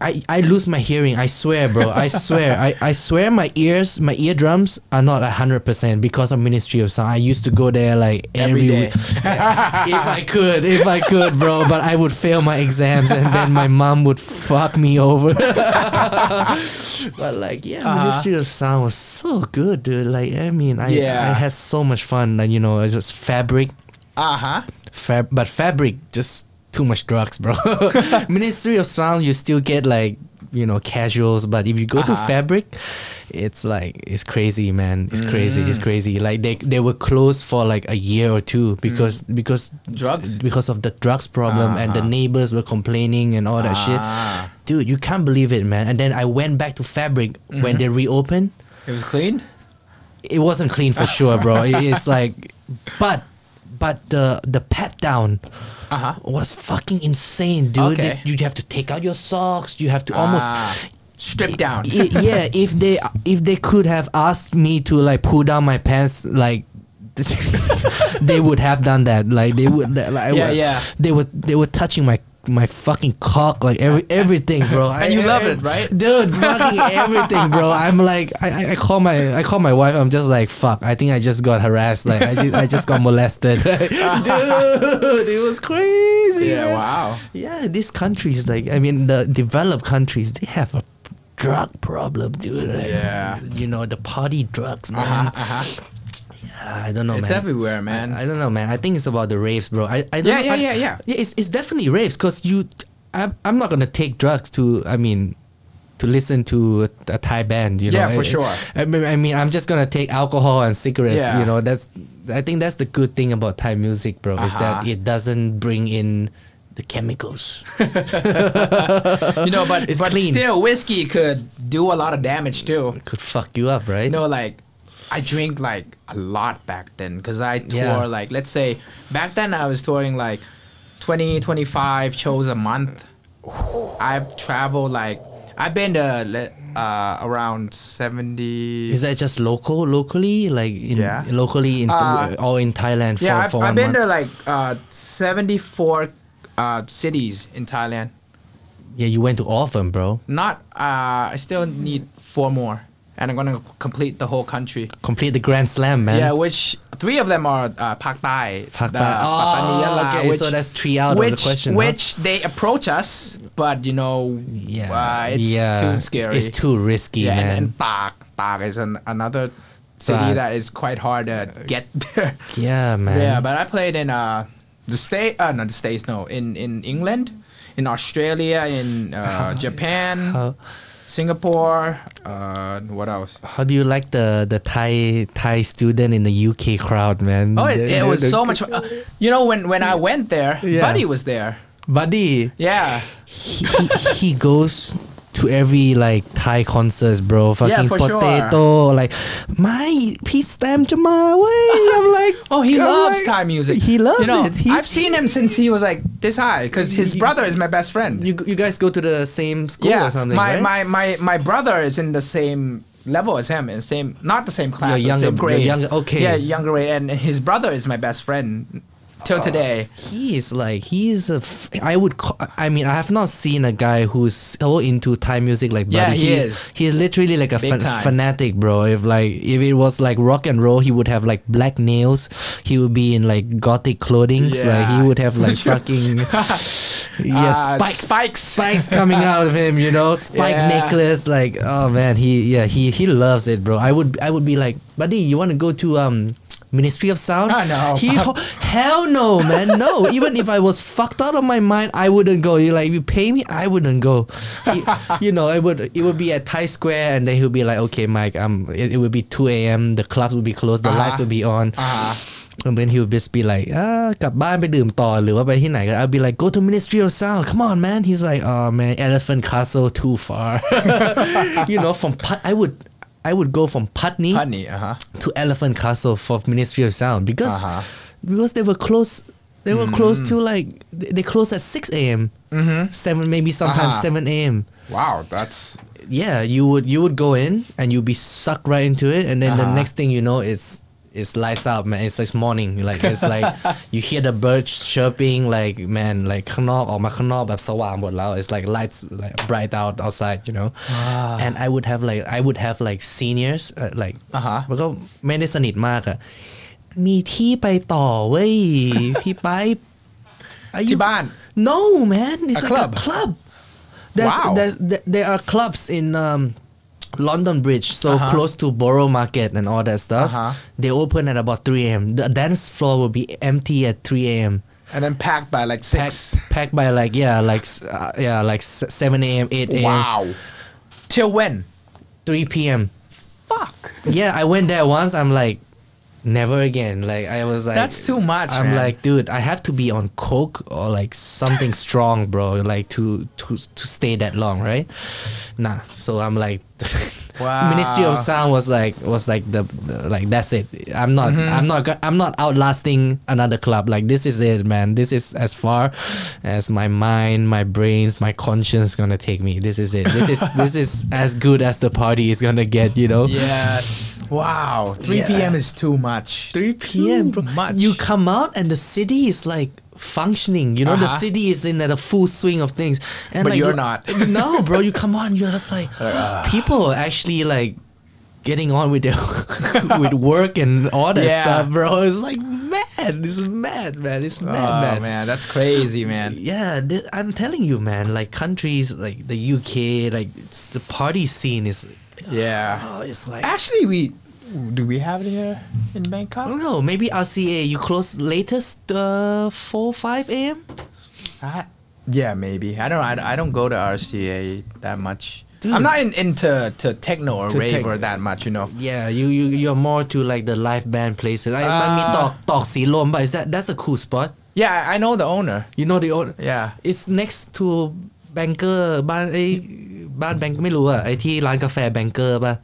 A: I, I lose my hearing. I swear, bro. I swear. I, I swear my ears, my eardrums are not 100% because of Ministry of Sound. I used to go there like
B: Every
A: every
B: day.
A: week if I could, if I could, bro. But I would fail my exams, and then my mom would fuck me over. but like, yeah,
B: Uh-huh.
A: Ministry of Sound was so good, dude. Like, I mean, I I
B: Yeah.
A: had so much fun. Like, you know, it was fabric,
B: Uh huh.
A: fab, but fabric just too much drugs, bro. Ministry of Sound, you still get like you know casuals, but if you go to
B: Uh-huh.
A: fabric. It's like it's crazy, man. It's crazy.
B: Mm.
A: It's crazy. Like they they were closed for like a year or two because
B: Mm.
A: because
B: Drugs.
A: because of the drugs problem and the neighbors were complaining and all that
B: Ah.
A: shit. Dude, you can't believe it, man. And then I went back to Fabric
B: Mm-hmm.
A: when they reopened.
B: It was clean.
A: It wasn't clean for sure, bro. It- It's like but but the the pat down
B: Uh huh.
A: was fucking insane, dude.
B: Okay. Ah.
A: You have to take out your socks. You have to almost
B: stripped down.
A: I- yeah, if they if they could have asked me to like pull down my pants, like they would have done that. Like they would. Like, I
B: Yeah,
A: would-
B: yeah.
A: They were they were touching my my fucking cock, like every everything, bro.
B: And you love it, right?
A: dude? Fucking everything, bro. I'm like, I, I- I call my I call my wife. I'm just like, fuck. I think I just got harassed. Like I just I just got molested. dude, it was crazy.
B: yeah.
A: man.
B: Wow.
A: Yeah, these countries, like I mean, the developed countries, they have a drug problem, dude. like,
B: Yeah.
A: you know the party drugs, man.
B: Uh-huh, uh-huh.
A: Yeah, I don't know,
B: It's
A: Oh, man.
B: everywhere, man.
A: I, I don't know, man. I think it's about the raves, bro. I, I don't
B: Yeah,
A: know,
B: yeah,
A: I-
B: yeah, yeah.
A: Yeah, it's, it's definitely raves because you, I'm, I'm not gonna take drugs to. I mean. To listen to a, a Thai band, you know.
B: Yeah, for
A: I-
B: sure.
A: I mean, I mean, I'm just gonna take alcohol and cigarettes.
B: Yeah.
A: You know, that's. I think that's the good thing about Thai music, bro, is that
B: Uh-huh.
A: it doesn't bring in the chemicals.
B: you know, but
A: It's
B: but
A: clean.
B: still, whiskey could do a lot of damage too.
A: could fuck you up, right?
B: You know, like I drink like a lot back then because I tour
A: Yeah.
B: like let's say back then I was touring like 20, 25 shows a month. I've traveled like I've been to le- uh, around seventy.
A: Is that just local, locally, like in
B: Yeah.
A: locally in
B: Uh,
A: or in Thailand for
B: yeah, I've,
A: for
B: I've
A: one
B: been to
A: month?
B: like uh, seventy four uh, cities in Thailand.
A: yeah, you went to all of them, bro.
B: Not uh, I still need four more, and I'm gonna complete the whole country.
A: Complete the Grand Slam, man.
B: Yeah, which three of them are uh, Pak Thai.
A: Pak
B: the
A: Thai. Oh,
B: Pattaniya,
A: okay, so that's three out of the
B: which,
A: question, huh?
B: Which they approach us, but you know,
A: yeah,
B: uh, it's
A: yeah.
B: too scary.
A: It's too risky,
B: yeah,
A: man.
B: and, and Pak Pak is an, another city
A: Pak.
B: that is quite hard to get there.
A: yeah, man.
B: yeah, but I played in uh the state, uh, not the states, no, in in England, in Australia, in uh, Japan,
A: how,
B: Singapore, uh, what else?
A: how do you like the the Thai Thai student in the UK crowd, man?
B: Oh, it,
A: The-
B: it
A: the-
B: was
A: the-
B: so much fun. Uh, You know, when, when I went there,
A: Yeah.
B: Buddy was there.
A: buddy.
B: Yeah.
A: he, he, he goes to every like Thai concerts, bro. Fucking
B: for sure.
A: potato, like my peace stamp Jama way. I'm like,
B: Oh, he
A: I'm
B: loves
A: like-
B: Thai music.
A: He loves
B: you know,
A: it. He's-
B: I've seen him since he was like this high because his brother is my best friend.
A: You, you guys go to the same school
B: yeah.
A: or something,
B: my,
A: right?
B: my, my, my brother is in the same level as him, in the same, not the same class,
A: You're
B: but
A: younger-
B: same
A: you're
B: grade.
A: younger- okay.
B: Yeah, younger grade. And, and his brother is my best friend till
A: Uh,
B: today.
A: he is like he is a. F- I would. Call, I mean, I have not seen a guy who's so into Thai music like
B: Yeah,
A: Buddy.
B: he
A: He's-
B: is.
A: He is literally like a
B: Big
A: fan-
B: time.
A: fanatic, bro. If like if it was like rock and roll, he would have like black nails. He would be in like gothic clothing. Like he
B: Yeah.
A: would have like fucking yeah
B: Uh,
A: spikes,
B: spikes.
A: spikes coming out of him. You know, spike
B: Yeah.
A: necklace. Like oh man, he yeah he he loves it, bro. I would I would be like, buddy, you want to go to um. Ministry of Sound?
B: Ah, no.
A: He ho- Hell no, man. No. Even if I was fucked out of my mind, I wouldn't go. You like you pay me, I wouldn't go. He- you know, it would it would be at Thai Square, and then he'll be like, okay, Mike, um, it, it would be two a.m. The clubs would be closed, the lights
B: Uh-huh.
A: would be on.
B: Uh-huh.
A: and then he would just be like, ah, กลับบ้านไปดื่มต่อหรือว่าไปที่ไหนกัน I'd be like, go to Ministry of Sound. Come on, man. He's like, oh man, Elephant Castle too far. you know, from Put, I would, I would go from Putney
B: Honey, uh huh.
A: to Elephant Castle for Ministry of Sound because
B: Uh-huh. Mm.
A: because they were close. They were close to like they they closed at six a.m. Mm-hmm. Seven, maybe sometimes
B: Uh-huh.
A: seven a.m.
B: Wow, that's
A: Yeah, you would you would go in and you'd be sucked right into it, and then the
B: Uh-huh.
A: next thing you know, it's it's lights out, man. It's like morning, like it's like you hear the birds chirping, like man, like oh, ข้างนอกออกมาข้างนอกแบบสว่างหมดแล้ว It's like lights like bright out outside, you know. And I would have like I would have like seniors uh, like
B: อ่าฮะ
A: มันก็ไม่ได้สนิทมากอะมีที่ไปต่อเว้ย พี่ไป Are you-
B: Ti Ban.
A: No, man. It's
B: A
A: like
B: club.
A: a club. There's,
B: Wow.
A: there's, there- there are clubs in um, London Bridge, so
B: Uh-huh.
A: close to Borough Market and all that stuff.
B: Uh-huh.
A: They open at about 3 a.m. The dance floor will be empty at 3 a.m.
B: and then packed by like
A: Packed,
B: six.
A: packed by like yeah, like s- uh, yeah, like s- 7 a.m., 8 a.m.,
B: Wow. Till when?
A: 3 p.m.
B: Fuck.
A: yeah, I went there once. I'm like, never again. Like I was like,
B: That's too much,
A: I'm
B: man.
A: like, dude, I have to be on coke or like something strong, bro. Like to to to stay that long, right? Nah. So I'm like, the Ministry
B: Wow.
A: of Sound was like was like the, the- like that's it. I'm not
B: Mm-hmm.
A: I'm not go- I'm not outlasting another club. Like this is it, man. This is as far as my mind, my brains, my conscience gonna take me. This is it. This is this is as good as the party is gonna get. You know.
B: Yeah. Wow. 3
A: Yeah.
B: p.m. is too much.
A: 3 p.m.
B: Too
A: Bro.
B: much.
A: You come out and the city is like functioning. You know, the
B: Uh-huh.
A: city is in at a full swing of things. And
B: But
A: like,
B: you're
A: you-
B: not. uh.
A: no, bro. You come on. You're just like people are actually like getting on with their with work and all that
B: Yeah.
A: stuff, bro. It's like mad. It's mad, man. It's mad,
B: oh
A: man.
B: man. that's crazy, man.
A: Yeah, th- I'm telling you, man. Like countries like the UK, like it's, the party scene is.
B: Yeah.
A: Oh, it's like
B: Actually, we do we have it here in Bangkok?
A: I don't know. Maybe RCA you close latest uh, four five a.m.
B: I, yeah, maybe. I don't. I, I don't go to RCA that much.
A: Dude.
B: I'm not in, into to techno or
A: To
B: rave
A: tech-
B: or that much, you know.
A: Yeah, you you you're more to like the live band places. I I mean,
B: Ah.
A: talk talk see Lom, but is that that's a cool spot?
B: Yeah, I I know the owner.
A: You know the old,
B: Yeah.
A: it's next to banker eh, บ้านไอ้บ้านแบงค์ไม่รู้อะไอ้ที่ร้านกาแฟแบงเกอร์ป่ะ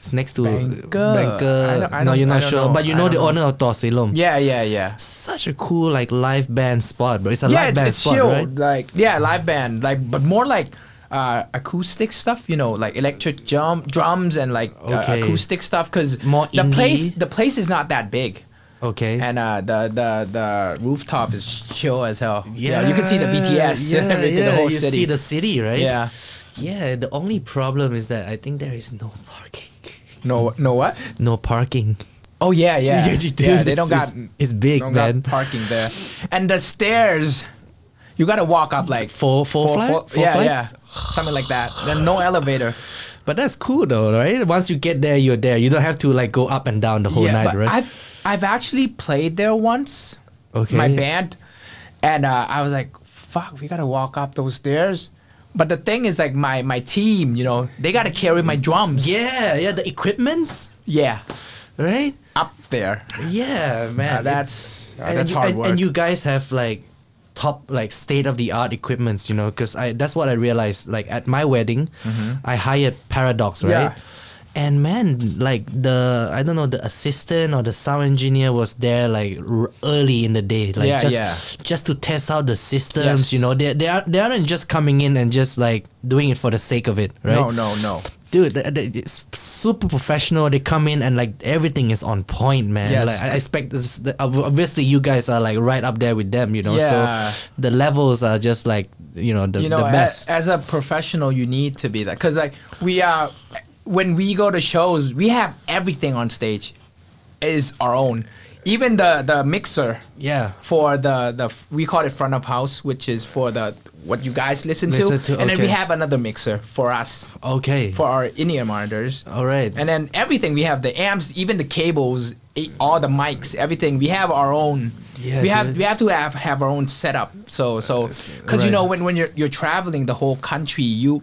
A: it's next to
B: Banker.
A: banker
B: I don't- I
A: no
B: don't-
A: you're
B: I
A: not
B: don't
A: sure
B: know.
A: but you
B: I
A: know the
B: don't know.
A: owner of ต่อสีลม
B: Yeah, yeah, yeah.
A: such a cool like live band spot bro it's a
B: yeah,
A: live
B: it's,
A: band
B: it's
A: spot
B: chill.
A: right
B: Like yeah, live band. Like but more like uh, acoustic stuff. You know, like electric drum, drums and like uh,
A: Okay.
B: acoustic stuff. Because
A: More
B: the place,
A: indie?
B: the place is not that big.
A: okay
B: And uh, the the the rooftop is chill as hell. Yeah, you can see the BTS and everything, the whole
A: you
B: city.
A: see the city, right?
B: Yeah.
A: Yeah, the only problem is that I think there is no parking.
B: no, no, what?
A: No parking.
B: Oh yeah, yeah,
A: dude,
B: yeah. They
A: it's-
B: don't got
A: it's- it's big,
B: don't
A: man.
B: got parking there, and the stairs. You gotta walk up like
A: Four- four flight- four
B: yeah,
A: flights?
B: yeah, something like that. Then no elevator.
A: But that's cool though, right? Once you get there, you're there. You don't have to like go up and down the whole
B: yeah,
A: night,
B: but
A: right?
B: I've I've actually played there once.
A: Okay.
B: My band, and uh, I was like, "Fuck, we gotta walk up those stairs." But the thing is, like my my team, you know, they gotta carry my drums.
A: yeah, yeah, the equipments,
B: Yeah,
A: right?
B: up there.
A: Yeah, man.
B: Uh, that's uh,
A: and
B: that's
A: you,
B: hard
A: and,
B: work.
A: and you guys have like top like state of the art equipments, you know, because I that's what I realized. Like at my wedding, I hired Paradox, right?
B: Mm-hmm. Yeah.
A: And man, like the I don't know the assistant or the sound engineer was there like r- early in the day, like
B: Yeah,
A: just
B: yeah.
A: just to test out the systems.
B: Yes.
A: You know, they they aren't they aren't just coming in and just like doing it for the sake of it, right?
B: No, no, no.
A: dude th- th- it's super professional they come in and like everything is on point man
B: Yes.
A: like i I expect this the- ob- obviously you guys are like right up there with them you know
B: Yeah.
A: so the levels are just like you know the,
B: you know, eh,
A: the
B: a-
A: best
B: As, a professional, you need to be that because like we are, when we go to shows, we have everything on stage, is our own, even the the mixer
A: yeah
B: for the the f- we call it front of house, which is for the what you guys listen,
A: Listen to,
B: and then we
A: okay.
B: have another mixer for us
A: okay
B: for our in-ear monitors.
A: all right
B: And then everything we have the amps, even the cables, i- all the mics, everything we have our own.
A: Yeah,
B: we have
A: dude.
B: we have to have, have our own setup. So so because you
A: right.
B: know when, when you're you're traveling the whole country, you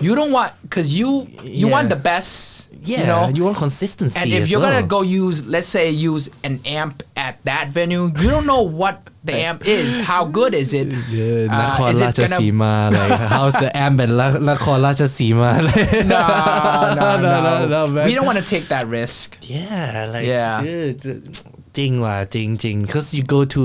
B: you don't want because you you want
A: Yeah.
B: the best
A: yeah,
B: you know,
A: you want consistency.
B: and if
A: as
B: you're
A: well.
B: gonna go use, let's say, use an amp at that venue, you don't know what the amp is. How good is it?
A: Yeah, น
B: Uh,
A: ครราชสีมา like how's the ambient นครราชสีมา
B: no, no,
A: No, no,
B: no,
A: no, man.
B: We don't want to take that risk.
A: Yeah, like
B: Yeah.
A: dude, จริงว่ะจริงจริง cause you go to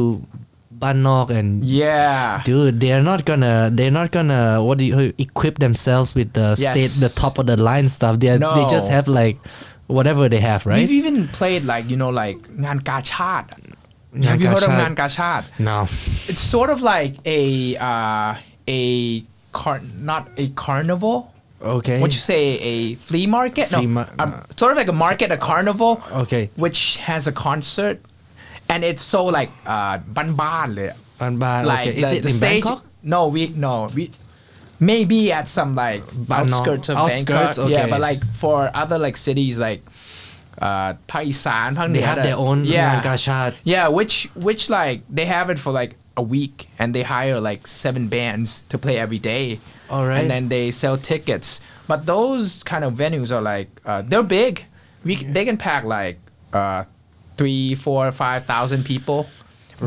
A: บ้านนอก and
B: Yeah.
A: dude they're not gonna they're not gonna what do you equip themselves with the
B: Yes.
A: state the top of the line stuff they are they just
B: No.
A: have like whatever they have right
B: We've even played like you know like Ngan Gachat. Have you heard of
A: งานกาชาติ
B: Ngan Gachat?
A: no
B: It's sort of like a uh, a car not a carnival.
A: okay
B: What you say a flea market?
A: Flea
B: no,
A: mar-
B: um, sort of like a market, a carnival.
A: Okay.
B: Which has a concert, and it's so like uh, ban le.
A: บ้านๆ
B: Like
A: okay
B: the,
A: is it
B: the
A: in
B: stage?
A: Bangkok
B: No, we no we. Maybe at some like
A: Ban- no.
B: outskirts of
A: Outskirts,
B: Bangkok, yeah.
A: okay.
B: But like for other like cities like, uh, Paisan,
A: they have their own
B: yeah,
A: งานกาชาติ
B: yeah, which which like they have it for like a week and they hire like seven bands to play every day.
A: All right.
B: And then they sell tickets. But those kind of venues are like uh, they're big. We c they can pack like uh, three, four, five thousand people.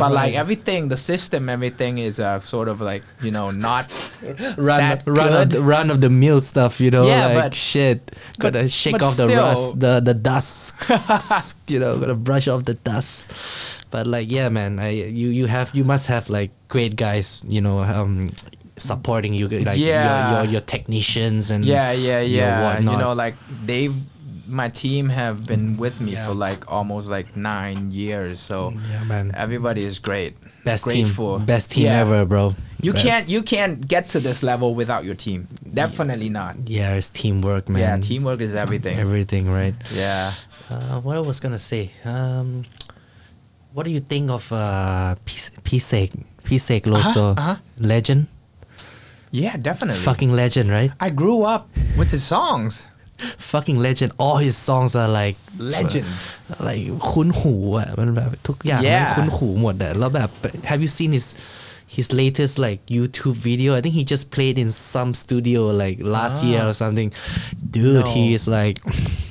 B: But like
A: Right.
B: everything, the system, everything is uh, sort of like you know not
A: run
B: that
A: run of,
B: good.
A: the, run of the mill stuff, you know,
B: Yeah,
A: like
B: but-
A: shit.
B: but-
A: Gotta shake
B: but
A: off the
B: still-
A: rust, the the dust, you know, gotta brush off the dust. But like, yeah, man, I you you have you must have like great guys, you know, um, supporting you, like
B: Yeah.
A: your, your your technicians and
B: Yeah, yeah,
A: Mm-hmm. your
B: yeah. You
A: whatnot. Mm-hmm.
B: know, like they've my team have been with me
A: Yeah. Mm,
B: for like almost like nine years. So
A: Yeah, man.
B: everybody is great.
A: best
B: grateful.
A: team, best team
B: Yeah.
A: ever, bro.
B: You
A: Best.
B: can't you can't get to this level without your team. Definitely not.
A: Yeah, it's teamwork, man.
B: Yeah, teamwork is everything.
A: Everything, right?
B: yeah.
A: Uh, what I was gonna say. Um, what do you think of uh, P- Pisek Pisek Loso,
B: uh-huh.
A: legend,
B: Yeah, definitely.
A: fucking legend, right?
B: I grew up with his songs.
A: Fucking legend. All his songs are like uh,
B: Legend.
A: like คุ้นหูอ่ะมันแบบทุกอย่างมัน
B: Yeah.
A: คุ้นหูหมดอ่ะแล้วแบบ Have you seen his his latest like YouTube video I think he just played in some studio like last year or something dude he
B: Ah. No.
A: is like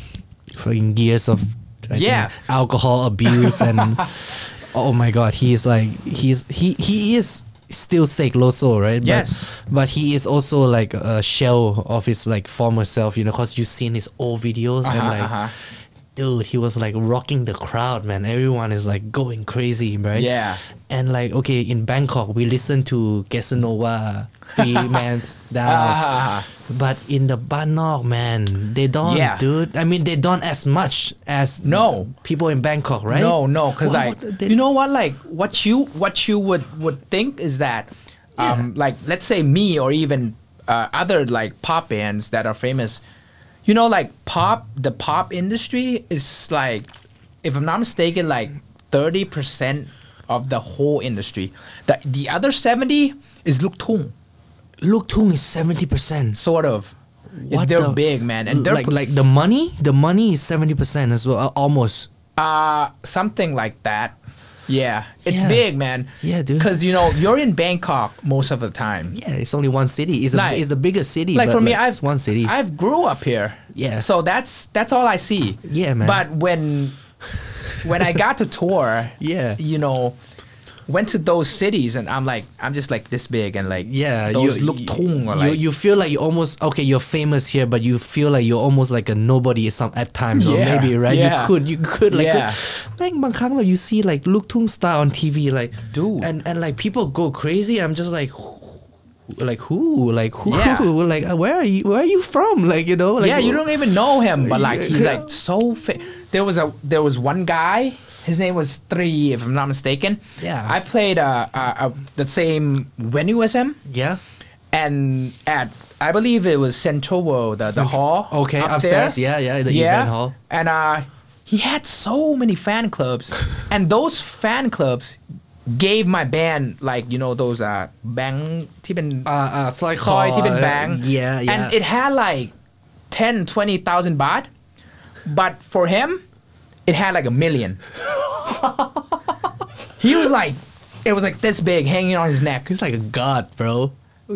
A: fucking years of I think,
B: Yeah.
A: alcohol abuse and oh my god he is like he's he he is still Sek Loso right But-
B: Yes.
A: but he is also like a shell of his like former self you know cause you've seen his old videos and
B: Uh-huh,
A: like
B: uh-huh.
A: dude he was like rocking the crowd man everyone is like going crazy right
B: Yeah.
A: and like okay in bangkok we listen to casanova three man's down
B: Ah,
A: but in the banok man they don't
B: Yeah.
A: dude i mean they don't as much as
B: No.
A: people in bangkok right
B: No, no, because
A: Why
B: like
A: would they-
B: you know what, like what you what you would would think is that, um, like let's say me or even uh, other like pop bands that are famous, you know, like pop the pop industry is like, if I'm not mistaken, like thirty percent of the whole industry. The the other seventy is luktung,
A: look tung is 70%
B: sort of.
A: What
B: they're
A: the-
B: big, man, and they're
A: like like the money the money is 70% as well uh, almost
B: Uh, something like that. Yeah, it's
A: Yeah.
B: big, man.
A: Yeah, dude.
B: Because you know you're in Bangkok most of the time.
A: yeah it's only one city it's, the
B: Like-
A: it's the biggest city
B: Like
A: but,
B: for me,
A: it's
B: I've
A: one city
B: I've grew up here.
A: Yeah.
B: So that's that's all I see.
A: Yeah, man.
B: But when when I got to tour,
A: Yeah.
B: you know, went to those cities and I'm like I'm just like this big and like
A: Yeah,
B: those
A: you,
B: look tung or
A: you,
B: like
A: you feel like you almost okay. You're famous here, but you feel like you're almost like a nobody some at times, or
B: Yeah,
A: maybe right. You
B: yeah.
A: could, you could like,
B: Yeah.
A: like บางครั้ง like you see like ลูกทุ่ง star on TV, like
B: Dude.
A: and and like people go crazy. I'm just like. who- Like who? Like who?
B: Yeah.
A: Like uh, where are you? Where are you from? Like you know? Like,
B: yeah, you don't even know him, but like he's
A: Yeah.
B: like so. Fa- there was a there was one guy. His name was Three, if I'm not mistaken.
A: Yeah.
B: I played uh, uh, uh the same venue as him,
A: Yeah.
B: and at I believe it was Centovo, the, the
A: Cent-
B: hall.
A: okay, upstairs, yeah, yeah, the event hall.
B: And uh, he had so many fan clubs, and those fan clubs gave my band like you know those uh bang ที่เป็น
A: Uh, uh, it's like
B: soy tea been bang.
A: Yeah, yeah.
B: And it had like 10, 20,000 baht. But for him, it had like a million. he was like, it was like this big hanging on his neck.
A: it's like a god, bro.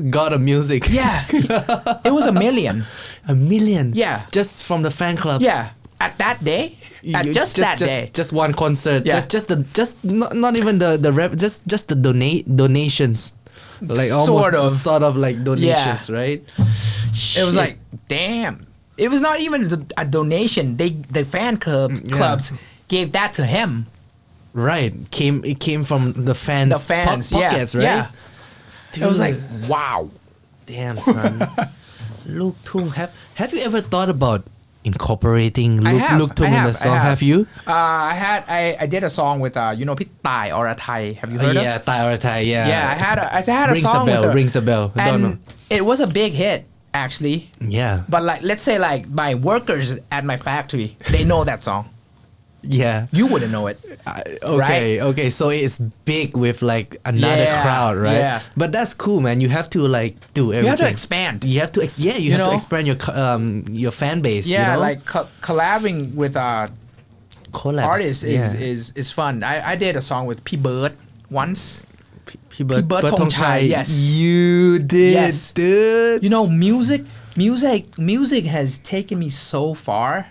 A: God of music.
B: Yeah. it was a million.
A: a million.
B: Yeah.
A: Just from the fan clubs.
B: Yeah, at that day,
A: You-
B: at
A: you-
B: just, that
A: just,
B: day.
A: Just one concert.
B: Yeah.
A: Just just the just not, not even the the rep, just just the donate donations. Like almost
B: Sort of.
A: sort of like donations, right?
B: it was
A: Shit.
B: like, damn. It was not even the- a donation. They the fan club
A: Mm, yeah.
B: clubs gave that to him.
A: right came it came from the fans,
B: The
A: po-
B: fans, yeah,
A: pockets,
B: yeah.
A: right?
B: It was like,
A: Dude.
B: wow.
A: Damn, son. Luke Tung. Have, have you ever thought about incorporating Luke,
B: I have,
A: Luke
B: I
A: Tung
B: have,
A: in a
B: I
A: song? Have, you?
B: Uh, I had I, I did a song with uh you know Pit Thai or a Thai. Have you heard of?
A: yeah, Thai or Thai, yeah.
B: Yeah, I had a, I had a
A: Rings a
B: song with
A: bell,
B: her.
A: rings a bell. I don't
B: And
A: know.
B: it was a big hit actually.
A: Yeah.
B: But like, let's say like my workers at my factory, they know that song.
A: yeah.
B: You wouldn't know it.
A: I- okay, okay. So it's big with like another
B: Yeah,
A: crowd, right?
B: yeah.
A: But that's cool, man. You have to like do everything.
B: You have to expand.
A: You have to, ex- yeah. You,
B: You
A: have to
B: know?
A: expand your co- um your fan base.
B: Yeah,
A: you know?
B: like co- collabing with uh,
A: collabs.
B: artists is,
A: yeah.
B: is is fun. I, I did a song with P Bird once.
A: P- Bird, Bird
B: Bird Thong
A: Thong
B: Chai, yes.
A: You did,
B: Yes.
A: dude.
B: You know, music, music, music has taken me so far.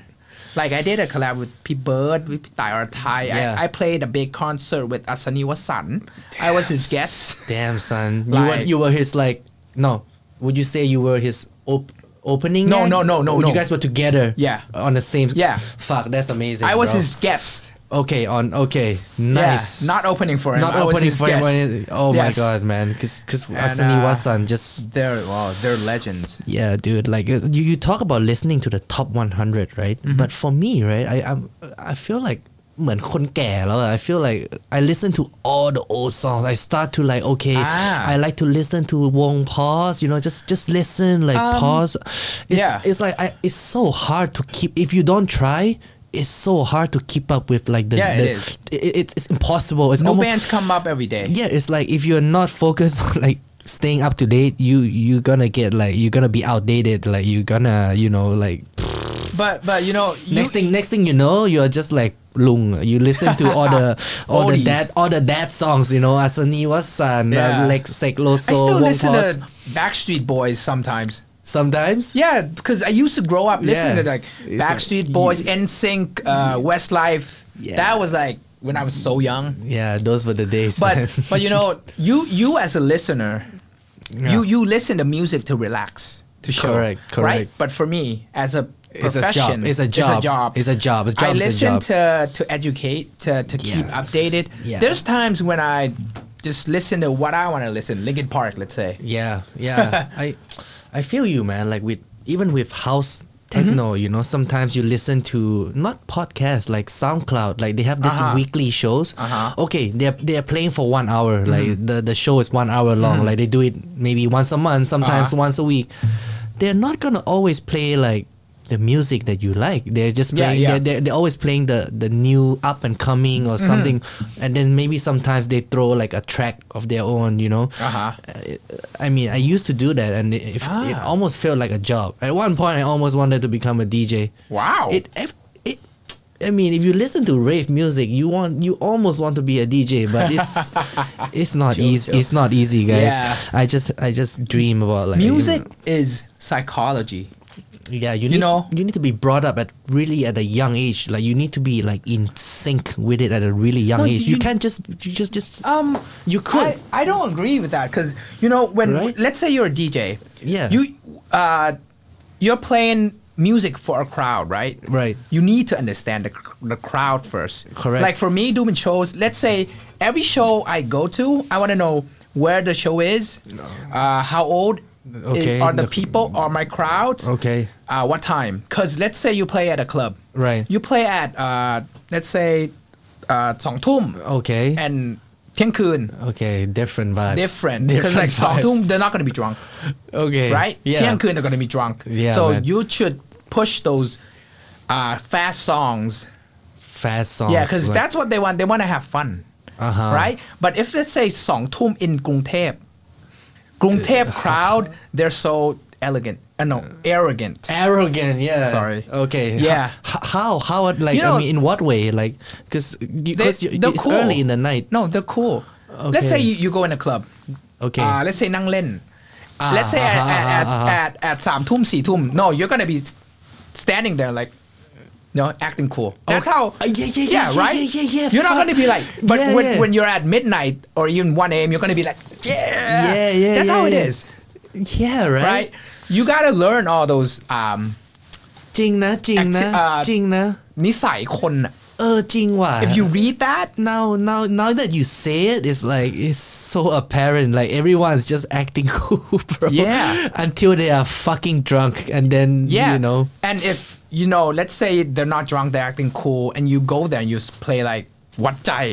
B: Like I did a collab with P Bird, with Thai or Thai.
A: Yeah.
B: I, I played a big concert with Asani Wasan. I was his guest.
A: Damn, son. you were
B: Like-
A: you were his like no. Would you say you were his op- opening?
B: No,
A: act?
B: no, no, no,
A: Or You
B: no.
A: guys were together.
B: Yeah.
A: On the same.
B: Yeah.
A: Fuck, that's amazing.
B: I was
A: bro.
B: his guest.
A: Okay, on okay,
B: Yeah,
A: nice.
B: not opening for him.
A: Not
B: I was
A: opening
B: his
A: for him.
B: guest.
A: when- Oh
B: Yes.
A: my god, man! Because because
B: And,
A: Asani
B: uh,
A: Wasan just
B: They're wow, they're legends.
A: yeah, dude. Like uh, you, you talk about listening to the top 100, right?
B: Mm-hmm.
A: But for me, right, I I'm, I feel like เหมือนคนแก่แล้วอะ I feel like I listen to all the old songs. I start to like okay,
B: Ah.
A: I like to listen to Wong Pause. You know, just just listen like pause. It's,
B: Um, yeah.
A: it's like I, it's so hard to keep if you don't try. It's so hard to keep up with like the.
B: Yeah, it
A: the,
B: is.
A: It, it- it's impossible. It's
B: New
A: almost,
B: bands come up every day.
A: yeah it's like if you're not focused on like staying up to date you you're gonna get like you're gonna be outdated like you're gonna you know like
B: But but you know, you,
A: next thing next thing you know you're just like lung you listen to all the all the
B: Oldies.
A: dad all the dad songs you know Asani Wasan
B: Yeah.
A: uh, like Seklo
B: I
A: So
B: still
A: Wong
B: listen
A: Pos.
B: to Backstreet Boys sometimes.
A: sometimes
B: Yeah, because I used to grow up listening
A: Yeah.
B: to like
A: It's like- Mm.
B: Backstreet Boys, NSYNC, uh, Westlife.
A: Yeah.
B: That was like when I was so young.
A: yeah those were the days man.
B: But but you know, you you as a listener, you you listen to music to relax, to show,
A: Correct,
B: right?
A: correct.
B: But for me, as a
A: It's a job,
B: profession,
A: it's a
B: It's a
A: job,
B: job.
A: it's a job, it's
B: I
A: job, it's a job.
B: listen to to educate, to to keep
A: Yeah.
B: updated.
A: Yeah.
B: There's times when I just listen to what I want to listen. Linkin Park, let's say.
A: Yeah, yeah. I I feel you, man. Like with even with house techno,
B: Mm-hmm.
A: you know, sometimes you listen to not podcasts like SoundCloud. Like they have this
B: Uh-huh.
A: weekly shows.
B: Uh-huh. Mm-hmm.
A: Okay, they're they're playing for one hour. Like the the show is one hour long. Like they do it maybe once a month, sometimes
B: Uh-huh.
A: once a week. They're not gonna always play like the music that you like. They're just
B: Yeah,
A: playing.
B: yeah.
A: They're, they're, they're always playing the the new up and coming
B: Mm-hmm.
A: or something, and then maybe sometimes they throw like a track of their own. You know. Uh,
B: Uh-huh.
A: I mean, I used to do that, and it, it, it
B: Ah.
A: almost felt like a job. At one point, I almost wanted to become a DJ.
B: Wow.
A: It, ev- it, I mean, if you listen to rave music, you want, you almost want to be a DJ, but it's, it's not
B: Chill,
A: easy.
B: chill.
A: It's not easy, guys.
B: Yeah.
A: I just, I just dream about like
B: Music is psychology.
A: yeah, you,
B: You
A: need,
B: know?
A: you need to be brought up at really at a young age. Like you need to be like in sync with it at a really young
B: No,
A: age. You,
B: you-
A: can't just, you just, just.
B: Um,
A: You could.
B: I, I don't agree with that because you know when
A: Right?
B: let's say you're a DJ.
A: Yeah.
B: You, uh, you're playing music for a crowd, right?
A: Right.
B: You need to understand the, cr- the crowd first.
A: Correct.
B: Like for me doing shows, let's say every show I go to, I want to know where the show is, uh, how old. i-
A: Okay,
B: are the
A: the-
B: people are my crowds
A: Okay.
B: uh, what time because let's say you play at a club
A: Right.
B: you play at uh, let's say uh,
A: Oh,
B: 2
A: okay.
B: and 10 kun
A: Okay, different vibes.
B: different because like
A: Different vibes.
B: 2 they're not going to be drunk
A: Okay.
B: right
A: Yeah.
B: 10 kun they're going to be drunk
A: Yeah,
B: so
A: man.
B: you should push those uh, fast songs
A: Fast songs.
B: yeah
A: Oh,
B: because
A: like-
B: that's what they want they want to have fun
A: Uh-huh.
B: right but if let's say 2 tum in Kung Tep Kung Tep crowd they're so elegant uh, no arrogant
A: arrogant. Yeah.
B: Sorry.
A: Okay.
B: Yeah.
A: H- how? How? are- Like,
B: You know-
A: I mean, in what way? Like, because because
B: they're
A: it's
B: cool.
A: early in the night.
B: No, they're cool. Let's say
A: Okay.
B: you, you go in a club.
A: Okay.
B: Uh, let's say Nang Len.
A: Ah,
B: let's say at,
A: ah, ah,
B: at,
A: ah, ah.
B: at, at, at 3 tum, 4 tum, no, you're going to be standing there like, no, acting cool. That's
A: Okay.
B: how.
A: Uh, yeah, yeah, yeah, yeah,
B: right?
A: yeah, yeah, yeah,
B: You're not
A: fuck.
B: going to be like, but
A: Yeah,
B: when,
A: yeah.
B: when you're at midnight or even 1 a.m., you're going to be like, yeah.
A: yeah, yeah.
B: That's
A: yeah,
B: how it
A: yeah.
B: is,
A: Yeah, right.
B: right? You got to learn all those um,
A: จริงนะจริงนะ
B: Acti- อ่า
A: จริงนะ
B: nisai kon.
A: เออจริงว่ะ
B: uh, If you read that,
A: now now now that you say it it's like it's so apparent like everyone's just acting cool bro
B: Yeah.
A: until they are fucking drunk and then
B: yeah.
A: you know
B: And if, you know, let's say they're not drunk, they're acting cool, and you go there and you s- play like, what jai?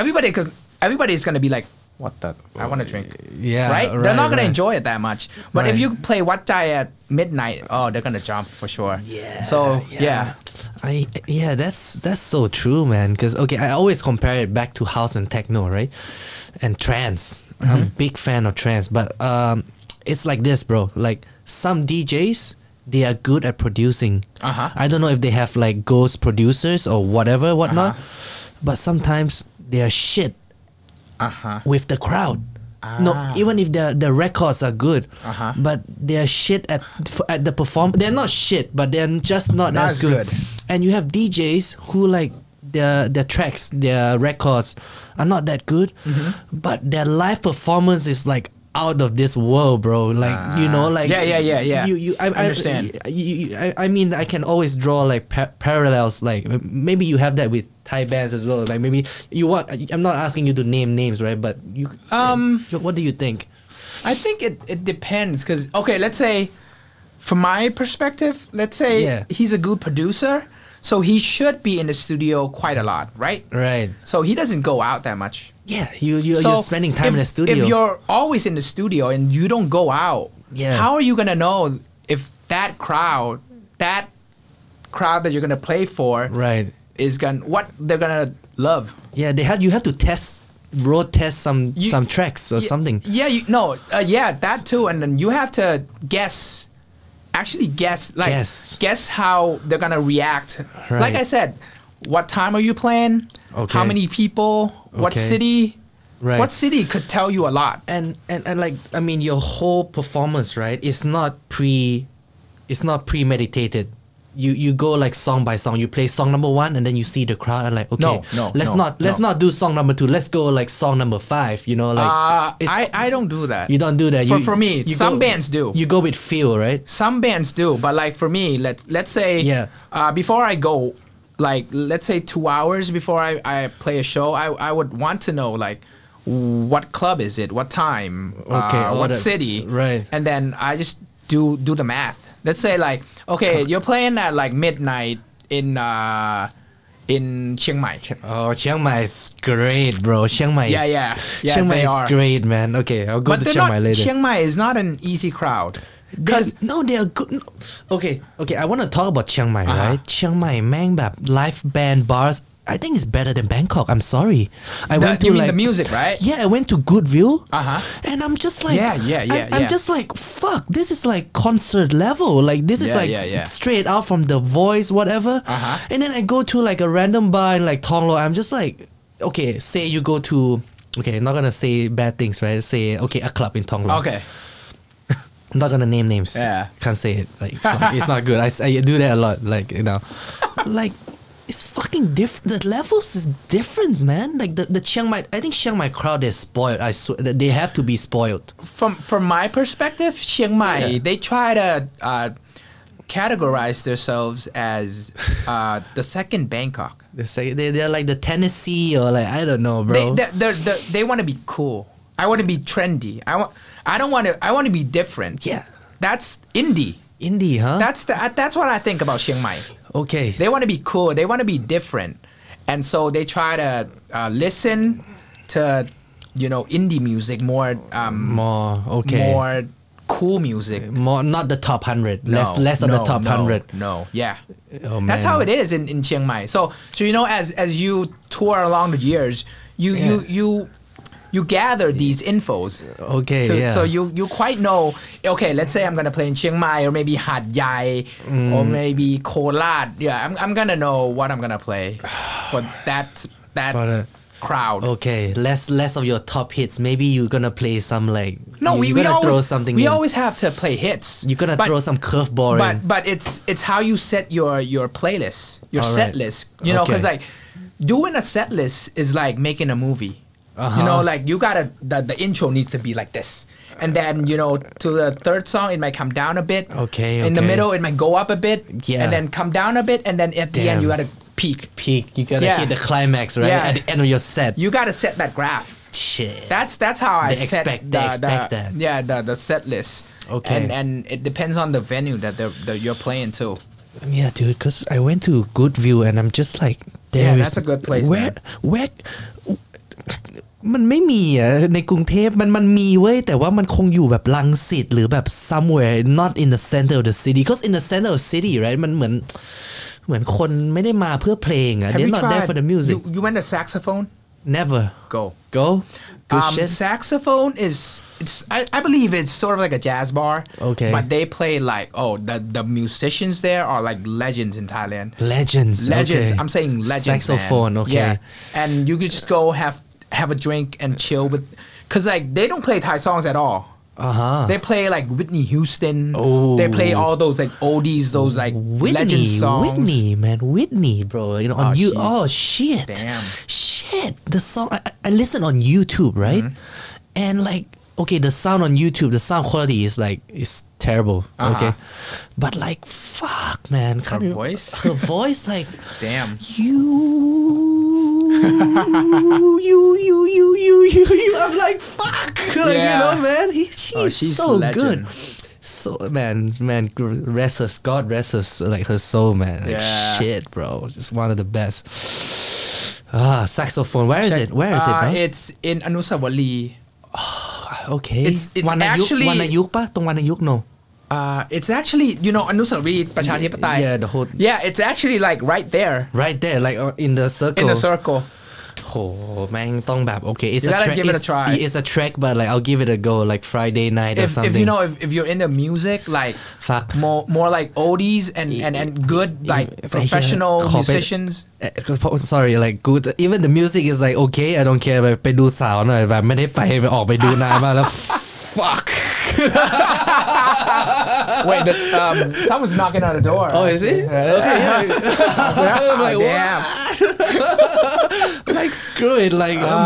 B: Everybody, because everybody's going to be like, what the? I want to drink.
A: Uh, yeah
B: right? They're not gonna
A: right.
B: enjoy it that much. But if
A: Right.
B: you play Wat Chai at midnight, oh, they're gonna jump for sure.
A: Yeah,
B: So yeah,
A: I yeah, that's that's so true, man. Because okay, I always compare it back to house and techno, right? And trance.
B: Mm-hmm.
A: I'm a big fan of trance, but um, it's like this, bro. Like some DJs, they are good at producing.
B: Uh-huh.
A: I don't know if they have like ghost producers or whatever, whatnot.
B: Uh-huh.
A: But sometimes they are shit
B: uh huh.
A: with the crowd. No,
B: Ah.
A: even if the the records are good,
B: Uh-huh.
A: but they're shit at f- at the perform. They're not shit, but they're just not,
B: Not
A: as
B: as
A: good.
B: good.
A: And you have DJs who like their their tracks, their records are not that good,
B: Mm-hmm.
A: but their live performance is like out of this world, bro. Like you know, like
B: Um, Yeah, yeah, yeah, yeah.
A: You, you, I, I
B: Understand.
A: I, you, you- I, I mean, I can always draw like par- parallels. Like m- maybe you have that with Thai bands as well. Like maybe you want. I'm not asking you to name names, right? But you.
B: Um,
A: you- What do you think?
B: I think it it depends because okay, let's say, from my perspective, let's say
A: Yeah.
B: he's a good producer, so he should be in the studio quite a lot, right?
A: Right.
B: So he doesn't go out that much.
A: Yeah. You you
B: So
A: you're spending time in the
B: if-
A: studio.
B: If you're always in the studio and you don't go out,
A: Yeah.
B: how are you gonna know if that crowd, that crowd that you're gonna play for,
A: right.
B: is gonna what they're gonna love?
A: Yeah. They have you have to test road test some
B: You-
A: some tracks or
B: Ye-
A: something.
B: Yeah, you, no, uh, yeah, that too, and then you have to guess, actually guess, like
A: Guess.
B: guess, how they're gonna react.
A: Right.
B: Like I said, what time are you playing?
A: Okay.
B: How many people? What
A: Okay.
B: city?
A: Right.
B: What city could tell you a lot?
A: and and and like I mean, your whole performance, right? It's not pre, it's not premeditated. You you go like song by song. You play song number one, and then you see the crowd, and like okay,
B: No, no,
A: let's
B: no,
A: not let's
B: no.
A: not do song number two. Let's go like song number five. You know, like
B: Uh,
A: it's-
B: I I don't do that.
A: you don't do that.
B: For,
A: you,
B: for me,
A: you
B: some
A: go-
B: bands do.
A: You go with feel, right?
B: some bands do, but like for me, let let's say
A: Yeah.
B: uh, before I go, like let's say two hours before I, I play a show, I, I would want to know like what club is it, what time,
A: Okay,
B: uh,
A: what
B: what
A: a-
B: city,
A: right.
B: And then I just do do the math. Let's say like okay, you're playing at like midnight in uh, in Chiang Mai.
A: Oh, Chiang Mai is great, bro. Chiang Mai.
B: Yeah,
A: is,
B: yeah. Yeah,
A: Chiang Mai
B: they
A: is
B: are.
A: great, man. Okay, I'll go to
B: But they're
A: Chiang Mai
B: not.
A: later.
B: Chiang Mai is not an easy crowd.
A: Because
B: Because
A: no, they are good. no. Okay, okay. I want to talk about Chiang Mai,
B: Uh-huh.
A: right? Chiang Mai, Mang Bap, live band bars. I think it's better than Bangkok. I'm sorry. I
B: The-
A: went to
B: you
A: like
B: mean the music, right?
A: Yeah, I went to Goodview.
B: Uh-huh.
A: And I'm just like,
B: Yeah, yeah, yeah,
A: I, am
B: yeah.
A: just like, fuck. This is like concert level. Like this is
B: Yeah,
A: like
B: yeah, yeah.
A: straight out from The Voice, whatever.
B: Uh-huh.
A: And then I go to like a random bar in like Tonglo. I'm just like, okay, say you go to. Okay, not gonna say bad things, right? Say okay, a club in Tonglo.
B: okay,
A: I'm not gonna name names.
B: Yeah.
A: Can't say it. Like it's not, it's not good. I, s- I do that a lot. Like you know, like it's fucking different. The levels is different, man. Like the, the Chiang Mai. I think Chiang Mai crowd is spoiled. I swear that they have to be spoiled.
B: from from my perspective, Chiang Mai
A: Yeah.
B: they try to uh, categorize themselves as uh, the second Bangkok.
A: They say they they're like the Tennessee or like I don't know,
B: They
A: bro.
B: they they're, they they want to be cool. I want to be trendy. I want I don't want to I want to be different.
A: Yeah.
B: that's indie.
A: Indie, huh?
B: That's the, that's what I think about Chiang Mai.
A: okay.
B: They want to be cool. They want to be different, and so they try to uh, listen to you know indie music more um,
A: more okay. More.
B: more cool music.
A: not the top hundred. less
B: No,
A: less of the
B: no,
A: top
B: no,
A: hundred.
B: No, yeah,
A: Oh,
B: that's
A: man.
B: how it is in, in Chiang Mai. So so you know, as as you tour along the years, you you
A: Yeah.
B: you you gather these infos.
A: Okay,
B: So,
A: yeah.
B: so you you quite know. Okay, let's say I'm gonna play in Chiang Mai or maybe Hat Yai
A: Mm.
B: or maybe Kolat. Yeah, I'm I'm gonna know what I'm gonna play for that that
A: But, uh,
B: crowd.
A: Okay, less less of your top hits. Maybe you're gonna play some like
B: No,
A: you-
B: we,
A: you're
B: we
A: gonna
B: always
A: throw something.
B: we
A: in.
B: always have to play hits.
A: you're gonna
B: But-
A: throw some curveball. in.
B: But but it's it's how you set your your playlist, your
A: All
B: set
A: right.
B: list. You know, because
A: Okay.
B: like doing a set list is like making a movie. You know,
A: Uh-huh.
B: like you gotta the, the intro needs to be like this, and then you know to the third song it might come down a bit.
A: Okay,
B: In the
A: okay.
B: middle it might go up a bit.
A: Yeah.
B: And then come down a bit, and then at the end you
A: Damn.
B: gotta peak.
A: peak. You gotta
B: Yeah.
A: hit the climax right
B: Yeah.
A: at the end of your set.
B: You gotta set that graph.
A: Shit.
B: That's that's how I
A: They
B: set
A: expect-
B: the,
A: they expect
B: the-
A: that.
B: yeah the, the set list.
A: Okay.
B: And and it depends on the venue that the, the you're playing too.
A: Yeah, dude. Cause I went to Good View and I'm just like,
B: Yeah,
A: there is-
B: that's a good place,
A: Where,
B: man.
A: where, มันไม่มีอ่ะในกรุงเทพมันมันมีเว้ยแต่ว่ามันคงอยู่แบบลังสิตหรือแบบ somewhere not in the center of the city because in the center of the city right มันเหมือนเหมือนคนไม่ได้มาเพื่อเพลงอ่ะ
B: Have
A: they're
B: you
A: not
B: tried?
A: there for the music
B: You, you went to saxophone?
A: never
B: Go.
A: go good
B: Um,
A: shit
B: saxophone is it's I, I believe it's sort of like a jazz bar.
A: Okay.
B: But they play like oh the the musicians there are like legends in Thailand.
A: legends
B: Legends.
A: okay.
B: I'm saying legends. man.
A: saxophone okay
B: Yeah. And you could just go have have a drink and chill with, cause like they don't play Thai songs at all.
A: uh-huh
B: They play like Whitney Houston.
A: Oh.
B: They play all those like oldies, those like
A: Whitney,
B: legend songs.
A: Whitney, man, Whitney, bro. You know, on
B: Oh,
A: you.
B: she's-
A: Oh shit,
B: damn.
A: shit. The song I, I- I listen on YouTube, right?
B: Mm-hmm.
A: And like, okay, the sound on YouTube, the sound quality is like is terrible. Okay,
B: Uh-huh.
A: but like, fuck, man, her
B: voice?
A: her voice, like,
B: Damn.
A: you. you you you you you you I'm like fuck like,
B: Yeah.
A: you know man he, she's,
B: Oh, she's
A: so
B: legend.
A: good so man man rest her God rest her s- like her soul man like
B: Yeah.
A: shit bro just one of the best ah saxophone where is
B: Check-
A: it where is it
B: uh,
A: man
B: It's in Anusawali.
A: Ah, okay
B: it's- it's
A: Wanayuk-
B: actually-
A: Wanayuk pa? Tong Wanayuk, no
B: Uh, it's actually, you know, Anusawari Prachadipatai.
A: yeah the whole
B: Yeah, it's actually like right there
A: right there like uh, in the circle
B: in the circle.
A: โหแม่งต้องแบบ okay it's
B: You
A: a
B: gotta
A: track
B: give it a
A: it's-
B: try.
A: it's a track but like I'll give it a go like Friday night or
B: If,
A: something
B: if you know, if, if you're into music, like
A: Fuck.
B: more more like oldies and, and, and good like professional
A: ขอไป-
B: musicians.
A: เอ่อ Eh, sorry like good even the music is like okay I don't care แบบไปดูสาวหน่อยแบบไม่ได้ไปไปออกไปดูนาน มากแล้ว fuck
B: Wait, the, um, someone's knocking on the door.
A: oh is it okay yeah. I'm like
B: Oh, damn.
A: what like screw it like uh,
B: Ah.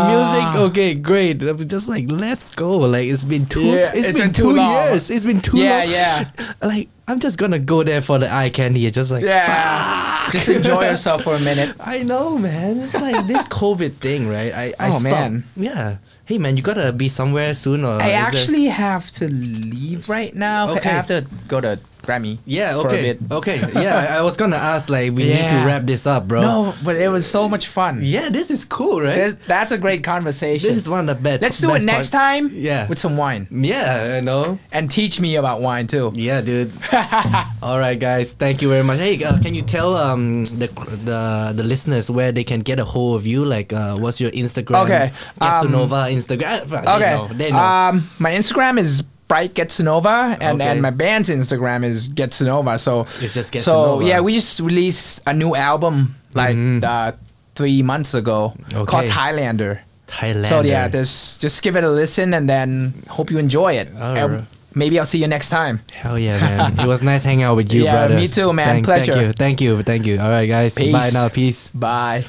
A: music okay great I'm just like let's go like it's been two
B: Yeah,
A: it's
B: it's
A: been
B: been too
A: two
B: long.
A: years it's been two
B: Yeah,
A: long
B: yeah.
A: like I'm just gonna go there for the eye candy just like
B: Yeah. Just enjoy yourself for a minute.
A: I know, man. It's like this COVID thing, right? I, I
B: Oh,
A: stopped.
B: man.
A: Yeah. Hey, man, you gotta be somewhere soon, or
B: I
A: Oh, is there-
B: actually have to leave right now. 'cause
A: Okay.
B: I have to go to Grammy.
A: Yeah.
B: For a
A: Okay.
B: bit.
A: Okay. Yeah, I, I was gonna ask, like, we need to
B: Yeah.
A: wrap this up, bro.
B: No, but it was so much fun.
A: Yeah, this is cool, right?
B: There's- that's a great conversation.
A: this is one of the best.
B: Let's do it
A: best
B: next
A: part-
B: time.
A: Yeah.
B: With some wine.
A: Yeah, I know.
B: And teach me about wine too.
A: Yeah, dude. All right, guys. Thank you very much. Hey, uh, can you tell um the the the listeners where they can get a hold of you? Like, uh, what's your Instagram?
B: Okay, um,
A: Casanova Instagram. Ah, They
B: Okay.
A: know, They know.
B: Um, my Instagram is Bright Getsunova, and
A: Okay.
B: and my band's Instagram is Getsunova. So
A: It's just
B: So
A: Getsunova.
B: yeah, we just released a new album like uh, three months ago
A: Mm-hmm. Okay.
B: called Thailander.
A: Thailand.
B: So yeah, just just give it a listen, and then hope you enjoy it.
A: All
B: And
A: right.
B: Maybe I'll see you next time.
A: Hell yeah, man. it was nice hanging out with you,
B: Yeah,
A: brothers.
B: me too, man.
A: Thank,
B: Pleasure.
A: Thank you. Thank you. Thank you. All right, guys. Bye
B: Peace.
A: now. Peace.
B: Bye.